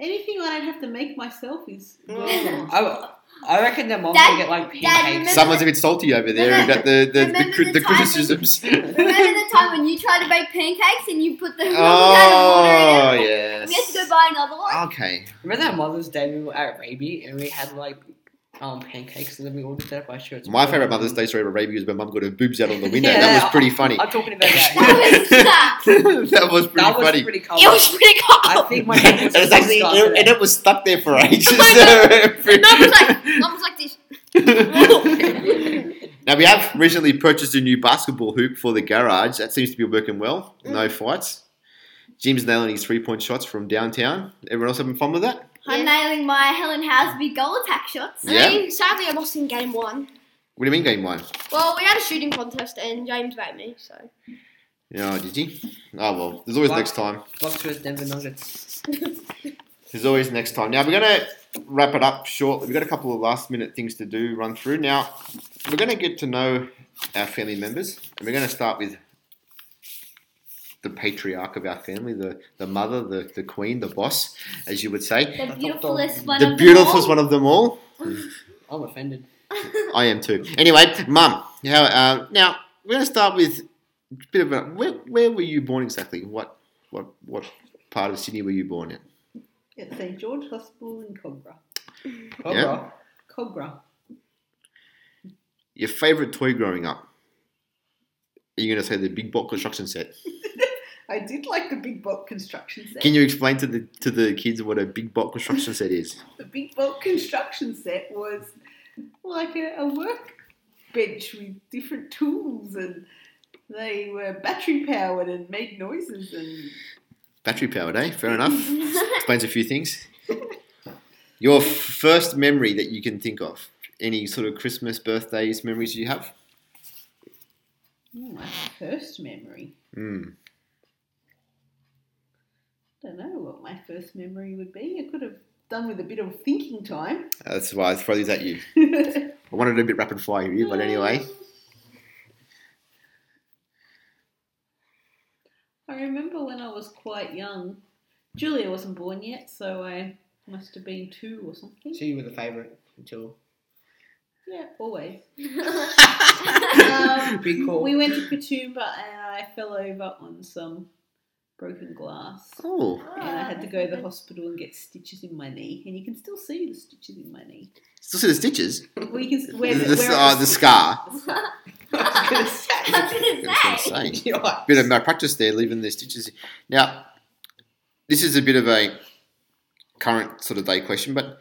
Anything I don't have to make myself is.
I, I reckon that mom
Dad-
can get like
Dad,
pancakes.
Someone's a bit salty over there. We've got the the, the,
Remember
cri-
the
the
time when-
criticisms.
Remember the time when you tried to make pancakes and you put the avocado
oh
water in it?
yes. Ah,
We had to go buy another one.
okay.
Remember that Mother's Day we were at Raby and we had like um pancakes and then we ordered that by shirts.
My favorite Mother's Day story about Raby was when Mum got her boobs out on the window.
Yeah,
that
I-
was pretty funny.
I'm talking about that.
That was that.
that was pretty
that was
funny.
pretty cool.
It was pretty
I
cool.
think my
And
name was
it was actually,
disgusted.
and it was stuck there for ages.
Mum was like, Mum was like this.
now we have recently purchased a new basketball hoop for the garage. That seems to be working well. No fights. Jim's nailing his three-point shots from downtown. Everyone else having fun with that?
I'm nailing my Helen Housby goal attack shots.
Yeah.
I mean, sadly, I lost in game one.
What do you mean, game one?
Well, we had a shooting contest and James beat me, so.
Oh, did you? Oh well, there's always
What?
next time.
Box with Denver Nuggets.
There's always next time. Now we're gonna wrap it up shortly. We've got a couple of last minute things to do, run through. Now we're gonna get to know our family members, and we're gonna start with the patriarch of our family, the the mother, the, the queen, the boss, as you would say.
The beautifulest one
The
of
beautifulest
them
one of them all.
I'm offended.
I am too. Anyway, mum. How uh, now we're going to start with a bit of a where, where were you born exactly? What what what part of Sydney were you born in?
At St George Hospital in Cogra.
Oh,
Yeah.
well.
Cogra.
Your favorite toy growing up? Are you going to say the big box construction set?
I did like the big box construction set.
Can you explain to the to the kids what a big box construction set is?
the big box construction set was like a, a work bench with different tools and they were battery powered and made noises and
Battery powered, eh? Fair enough. Explains a few things. Your f- first memory that you can think of? Any sort of Christmas, birthdays, memories you have?
Hmm, my first memory.
Hmm.
I don't know what my first memory would be. I could have done with a bit of thinking time.
That's why I throw these at you. I wanted a bit rapid fire here, but anyway.
I remember when I was quite young. Julia wasn't born yet, so I must have been two or something.
So you were the favourite until
Yeah, always. Um,
Um,
Big call.
We went to Katoomba and I fell over on some broken glass.
Oh,
And I had to go to the hospital and get stitches in my knee. And you can still see the stitches in my knee.
still see the stitches?
Well, you can,
The,
where the, where
uh,
it
the
was-
scar.
the scar.
I was gonna
That's what I'm
say.
saying.
Yeah.
bit of malpractice there, leaving the stitches. Now, this is a bit of a current sort of day question, but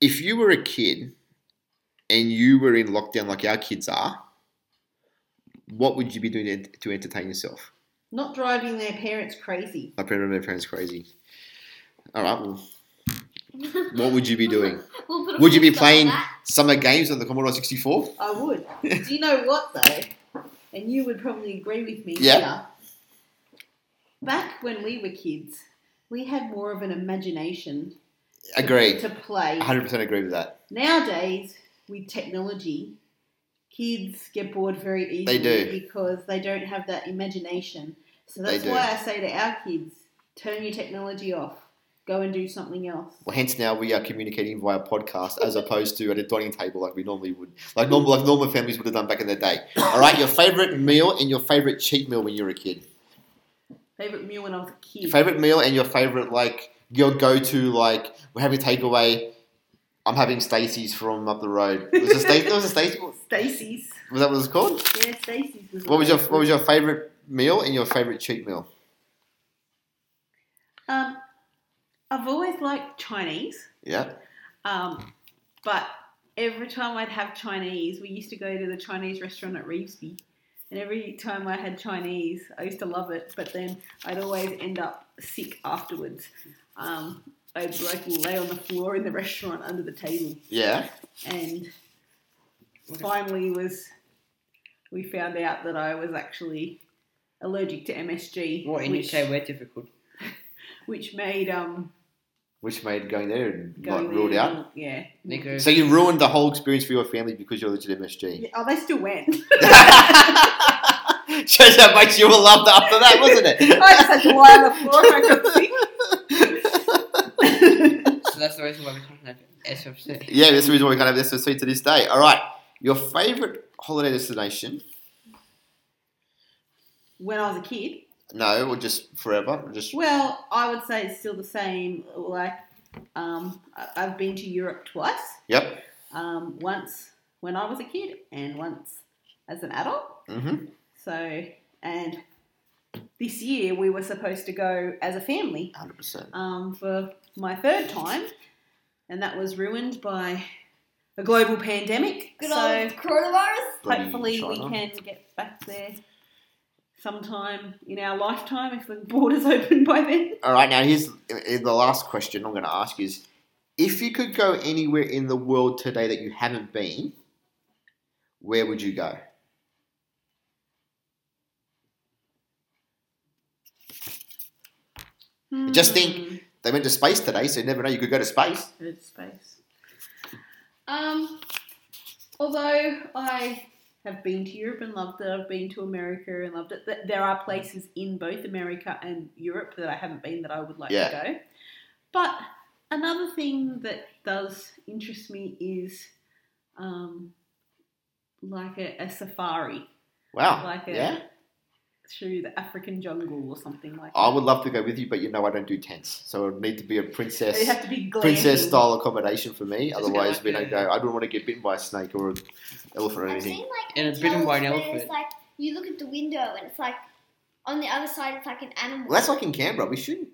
if you were a kid and you were in lockdown like our kids are, what would you be doing to- to entertain yourself?
Not driving their parents crazy.
My parents, my parents crazy. All right, well, what would you be doing?
We'll put a
Would you
full
be
stop on
playing
that.
summer games on the Commodore 64?
I would. Do you know what though? And you would probably agree with me.
Yeah.
here. Back when we were kids, we had more of an imagination to-
Agree.
to play.
100% agree with that.
Nowadays, with technology, kids get bored very
They
easily
do.
because they don't have that imagination. So
They
that's
do.
why I say to our kids, turn your technology off. Go and do something else.
Well, hence now we are communicating via podcast as opposed to at a dining table like we normally would, like normal like normal families would have done back in the day. All right, your favorite meal and your favorite cheat meal when you were a kid.
Favorite meal when I was a kid.
Your favorite meal and your favorite like your go to like we're having takeaway. I'm having Stacey's from up the road. Was it Stacey? was it Stacey?
Stacey's.
Was that what it was called?
Yeah, Stacey's. Was
What was your
always
What was your favorite meal and your favorite cheat meal?
good. Um, I've always liked Chinese,
Yeah,
um, but every time I'd have Chinese, we used to go to the Chinese restaurant at Reevesby. And every time I had Chinese, I used to love it, but then I'd always end up sick afterwards. Um, I'd like lay on the floor in the restaurant under the table,
yeah.
and finally was we found out that I was actually allergic to MSG,
What in
which,
UK were difficult?
which made um
Which made going there
going
like ruled
there-
out.
Yeah.
They go,
So you ruined the whole experience for your family because you're legit MSG.
Yeah, Oh, they still went.
Shows how much you were loved after that, wasn't
I just had to lie on the floor and I could see.
it?
so that's the reason why we can't have SFC.
yeah, that's the reason why we can't have this sweet to this day. All right, your favorite holiday destination?
When I was a kid,
No, or just forever? Or just
well, I would say it's still the same. Like, um, I- I've been to Europe twice.
yep.
Um, once when I was a kid, and once as an adult.
Mm-hmm.
So, and this year we were supposed to go as a family
Hundred percent.
um, for my third time, and that was ruined by a global pandemic.
Good
so,
old coronavirus.
hopefully we can get back there sometime in our lifetime if the borders open by then.
All right, now here's uh, the last question I'm going to ask is: If you could go anywhere in the world today that you haven't been, where would you go? Just
Hmm.
think. They went to space today, so you never know. You could go to space.
Third space. Um, although I have been to Europe and loved it, I've been to America and loved it. th- There are places in both America and Europe that I haven't been that I would like
Yeah.
to go. But another thing that does interest me is um, like a, a safari,
Wow.
like a
Oh, yeah.
through the African jungle or something like.
I
that.
would love to go with you, but you know I don't do tents, so it would need to be a
It'd
princess
have to be glamping.
princess style accommodation for me.
Just go
Otherwise,
like
we don't
a-
go. I don't want to get bitten by a snake or an elephant or
I've
anything.
seen like
And it's bitten by an
hotels where
elephant.
It's like you look at the window and it's like on the other side it's like an animal.
Well, that's like in Canberra. We should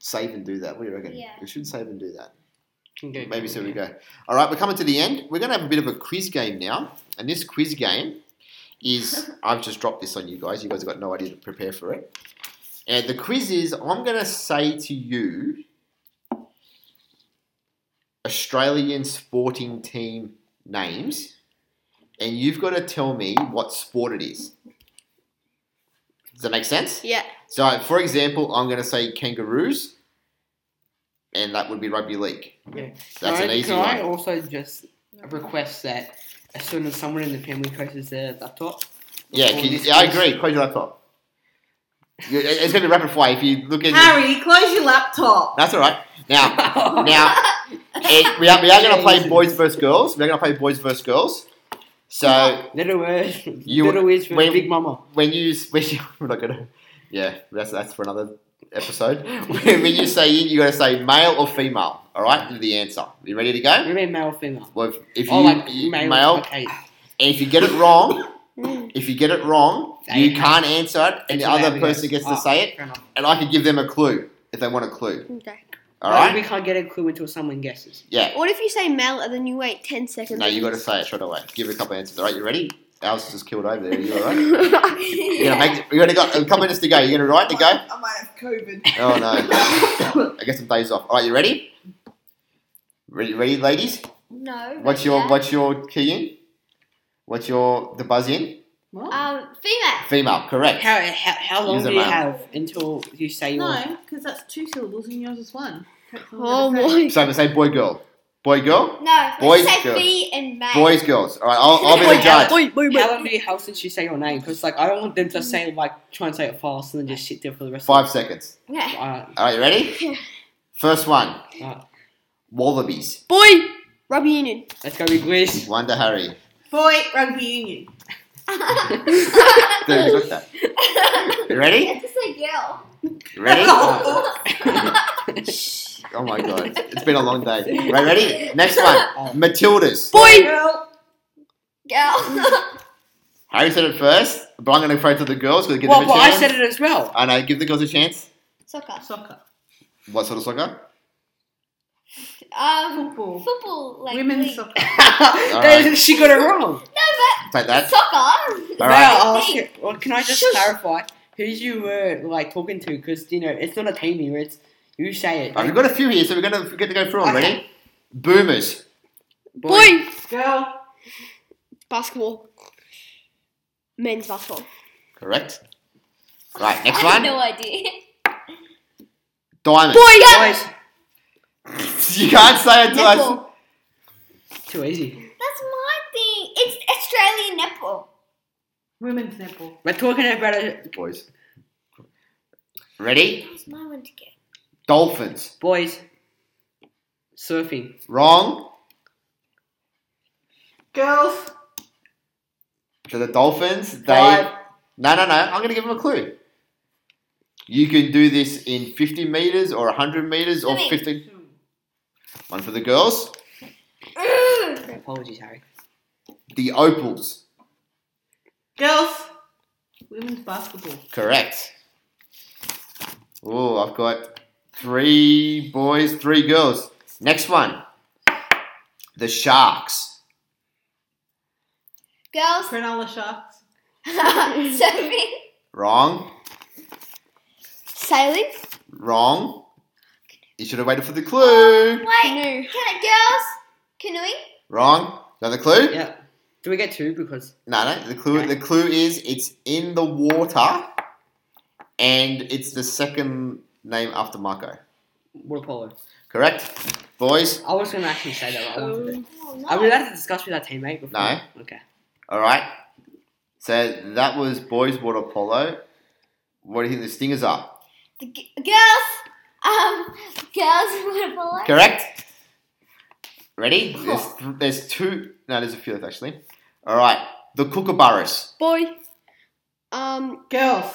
save and do that. What do you reckon?
Yeah.
We should save and do that.
Can go
Maybe so we
yeah.
go. All right, we're coming to the end. We're going to have a bit of a quiz game now, and this quiz game is I've just dropped this on you guys. You guys have got no idea to prepare for it. And the quiz is I'm going to say to you Australian sporting team names, and you've got to tell me what sport it is. Does that make sense?
Yeah.
So, for example, I'm going to say kangaroos, and that would be rugby league.
Yeah.
So that's
can
an
I,
easy
can I
one.
also just request that as soon as someone in the family posts their laptop?
Yeah,
Or
can you,
this
yeah, I
quiz-
agree. Close your laptop. You- it- It's going to be rapid fire. If you look at your,
Harry, close your laptop.
that's all right. Now, now, it, we are, we are going to play
Jesus.
boys versus girls. We're going to play boys versus girls. So
little words,
You-
little words for
when-
Big Mama.
when you when you, we're not going to, yeah, that's that's for another episode. when you say in, you got to say male or female. All right, the answer. You ready to
We
go?
mean male Mm. or female?
Well, if, if you,
oh, like
you-
male.
male
Okay.
And if you get it wrong, if you get it wrong,
Say
you
it.
can't answer it, and the
That's
other
allowed,
person
yes.
gets
Oh,
to say it,
fair enough.
and I can give them a clue if they want a clue.
Okay.
All
Like,
right?
We can't get a clue until someone guesses.
Yeah.
What if you say Mel and then you wait ten seconds?
No, you got to say it straight away. Give a couple answers. All right, you ready? Alice just killed over there. Are you all right? You're gonna make it- You're gonna got a couple minutes to go. You're gonna right to go.
I might have COVID.
Oh no! I guess some days off. All right, you ready? Ready, ready, ladies?
No.
What's
but
your
yeah.
what's your key in? What's your the buzz in?
What?
Um, female.
Female, correct.
How, how, how long
Use a
do you
male.
have until you say yours?
no, because that's two syllables and yours is one.
Oh my.
So I'm gonna say boy, girl, boy, girl.
No.
Boys,
let's say
girls.
fe and male.
Boys, girls. All right, I'll, I'll be the judge.
Wait, wait,
How long do you have since you say your name? Because like I don't want them to say like try and say it fast and then just sit there for the rest.
Five
of
seconds.
Okay.
Uh,
All right, you ready? First one.
Alright.
Wallabies.
Boy, rugby union.
let's go with Greece.
Wonder Harry.
Boy, rugby union.
Dude, we got that. You ready?
Let's just say girl.
You ready?
Oh.
Oh my god, it's been a long day. Right, ready? Next one. Matildas.
Boy,
Girl.
Girl.
Harry said it first, but I'm going to throw it to the girls because give
Well,
them a
well, I
chance.
said it as well.
I know. Give the girls a chance.
Soccer.
Soccer.
What sort of soccer?
Um,
Football.
football. Like
Women's
league.
soccer.
Alright.
She got it wrong.
Take that.
Soccer.
All right.
Now, uh, sh- well, can I just clarify who's you were like talking to? Because you know it's not a team here. It's you say it.
All right, we've got a few here, so we're going to get to go through them. Ready? Boomers.
boy,
Girl.
basketball. Men's basketball.
Correct. Right,
I
next
have
one.
no idea.
Diamonds.
Boy,
Boys,
You can't say it twice.
netball.
too easy.
That's my thing. It's Australian netball.
Women's netball.
We're talking about a
Boys. Ready?
That's my one to get.
Dolphins.
boys surfing.
Wrong.
Girls.
So the Dolphins, they.
Five.
No, no, no. I'm going to give them a clue. You can do this in 50 meters or 100 meters or
Swimming.
50. One for the girls.
Apologies, Harry.
The Opals.
Girls. Women's basketball.
Correct. Oh, I've got three boys, three girls. Next one. The Sharks.
Girls,
Cronulla Sharks.
surfing,
Wrong.
Sailing.
Wrong. You should have waited for the clue.
wait,
No.
can it, girls, canoeing,
Wrong. Another clue?
Yeah. Do we get two? Because
No, no. The clue. The clue is it's in the water, and it's the second name after Marco.
water polo.
Correct, boys.
I was gonna actually say that. But I wanted it.
oh, no.
Are we allowed to discuss with our teammate? Before?
No.
Okay.
All right. So that was boys water polo. What do you think the stingers are?
The g- girls, um, girls water polo,
Correct. Ready? There's, there's two. No, there's a few left actually. All right. The Kookaburras.
Boy. Um,
Girls.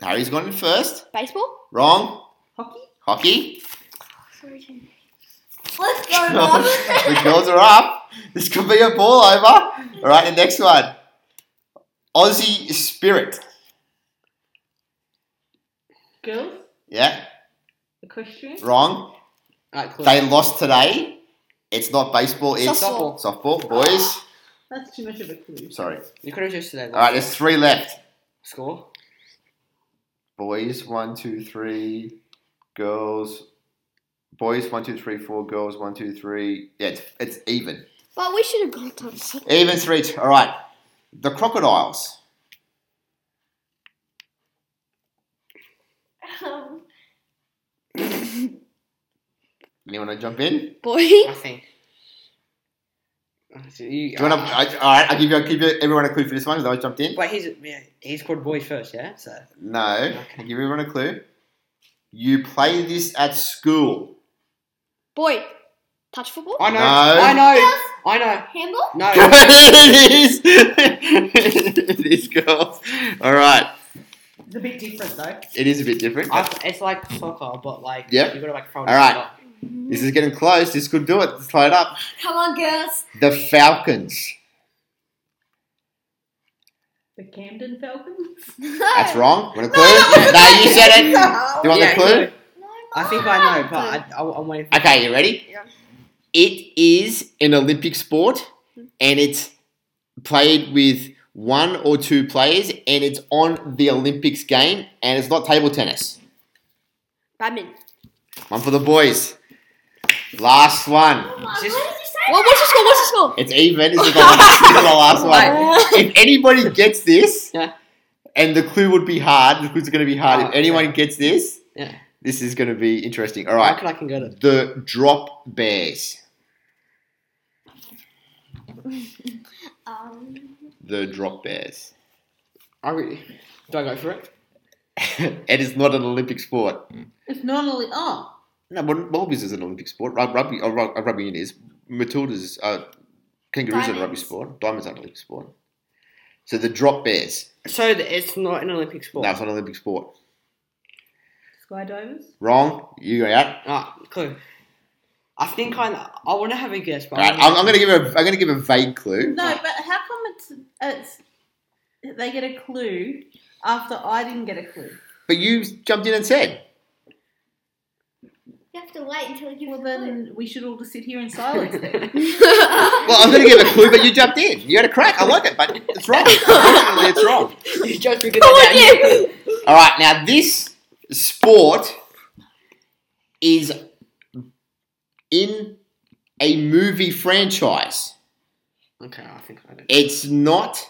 Harry's gone in first.
baseball?
Wrong.
Hockey?
Hockey.
Let's go, Mum.
the girls are up. This could be a ball over. All right, the next one. Aussie Spirit.
Girls?
Yeah,
Equestrian?
wrong.
Alright, cool.
They lost today. It's not baseball, it's
Softball.
softball. Boys.
That's too much of a clue.
Sorry.
You could have just said that.
All right, there's three left.
Score.
Boys, one, two, three. Girls. Boys, one, two, three, four. Girls, one, two, three. Yeah, it's, it's even.
But we should have gone to something.
Even three. All right. The crocodiles.
Um,
Anyone want to jump in?
Boy.
I think. So you,
Do you want to? I, all right, I'll give you. I'll give you, everyone a clue for this one. 'cause I jumped in.
But he's yeah, he's called boys first, yeah. So
No, I'll give everyone a clue. You play this at school.
Boy. Touch football?
I know,
No.
I know, I know.
Handball?
No,
it is. it is, girls. All right.
It's a bit different though.
It is a bit different.
I, it's like soccer, but like
Yep.
you gotta like throw it.
All right.
up.
This is getting close. This could do it. Let's tie it up.
Come on, girls.
The Falcons.
The Camden Falcons?
That's wrong. Want a clue? No, you said it. Do you want
Yeah,
the clue?
I think I know, but I, I, I'm waiting. For
Okay, you ready?
Yeah.
It is an Olympic sport and it's played with one or two players and it's on the Olympics game and it's not table tennis.
Badminton.
One for the boys. Last one.
Just,
What, what's the score? What's the score?
It's even. This is the last, this is the last one. If anybody gets this,
Yeah.
and the clue would be hard, the clue's going to be hard. If
Oh,
anyone gets this,
yeah.
This is going to be interesting. All
I
right.
reckon I can get it.
The drop bears.
um,
The drop bears.
I really, do I go for it?
it is not an Olympic sport.
It's not only oh.
No, but Malby's is an Olympic sport. Rug- Rugby, oh, rug- oh, rugby union is. Matilda's, uh, kangaroos are a rugby
Diamonds.
sport. Diamonds aren't an Olympic sport. So the drop bears.
So th- it's not an Olympic sport.
No, it's not an Olympic sport.
Skydivers?
Wrong. You go out.
Ah, clue. I think I. I want to have a guess,
All
but
right.
I'm-
I'm, I'm going to give a. I'm going to give a vague clue.
No, but how come it's it's they get a clue after I didn't get a clue?
But you jumped in and said.
you have to wait until you
Well then we should all just sit here in silence then.
Well, I'm going to give a clue, but you jumped in. You had a crack. I like it, but it's wrong. it's wrong.
you just forget
Oh,
that.
yeah.
All right, now this sport is in a movie franchise.
Okay, I think I did.
It's not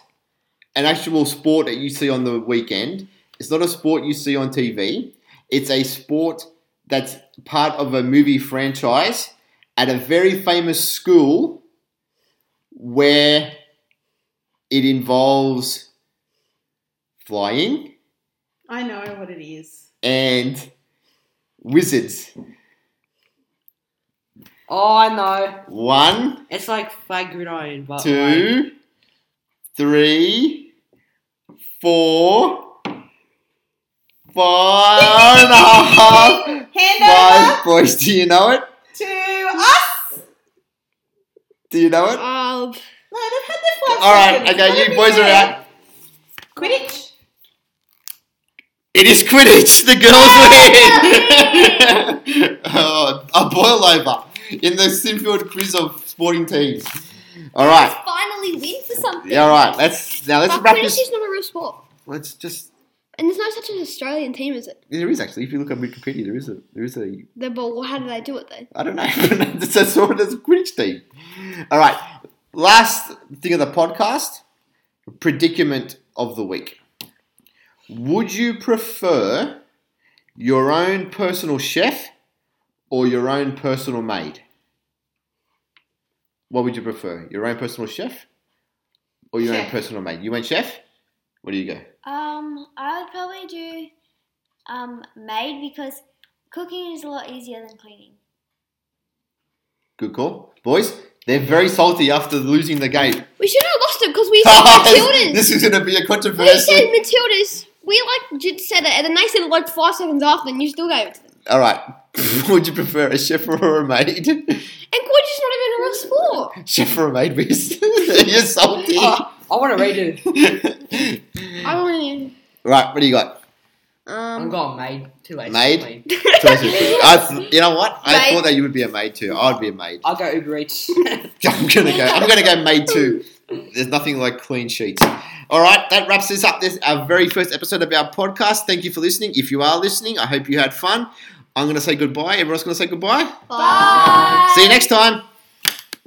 an actual sport that you see on the weekend. It's not a sport you see on TV. It's a sport that's part of a movie franchise at a very famous school where it involves flying
I know what it is.
and wizards.
Oh, I know.
One,
It's like flag gridiron, but like-
two, three, four, five and a half.
Hand over
Five boys, do you know it?
to us!
Do you know it?
No,
Um,
they've had their five
All right,
seconds.
okay,
Let
you
me
boys are
know.
out.
Quidditch.
It is Quidditch. The girls win. oh, a boil over in the Sinfield quiz of sporting teams. All right,
Finally win for something.
all right. Let's now let's
but
wrap
Quidditch
this.
is not a real sport.
Let's just
And there's no such an Australian team, is it?
There is actually. If you look at Wikipedia, there is a there is a
The ball, how do they do it then?
I don't know. That's a sort of Quidditch team. All right. Last thing of the podcast: predicament of the week. Would you prefer your own personal chef or your own personal maid? What would you prefer? Your own personal chef or your own
Chef.
personal maid? You went chef. Where do you go?
Um, I would probably do um maid because cooking is a lot easier than cleaning.
Good call, boys. They're very salty after losing the game.
We should have lost it because we said Matildas.
this is going to be a
We said
controversy.
Matildas. We like just said it, and then they said it like five seconds after, and you still gave it to them.
All right. Would you prefer a chef or a maid?
And Quidditch is not even a real sport.
chef or a maid, Wiz? You're salty.
Oh, I want to redo.
I don't
right, what do you got?
know.
I'm
Um,
going maid. Too late.
Maid?
Maid.
Choice is good. I th- you know what? I
Maid.
thought that you would be a maid too. I'd be a maid.
I'll go Uber Eats.
I'm gonna go. I'm gonna go May two. There's nothing like clean sheets. All right, that wraps this up. This our very first episode of our podcast. Thank you for listening. If you are listening, I hope you had fun. I'm gonna say goodbye. Everyone's gonna say goodbye.
bye.
See you next time.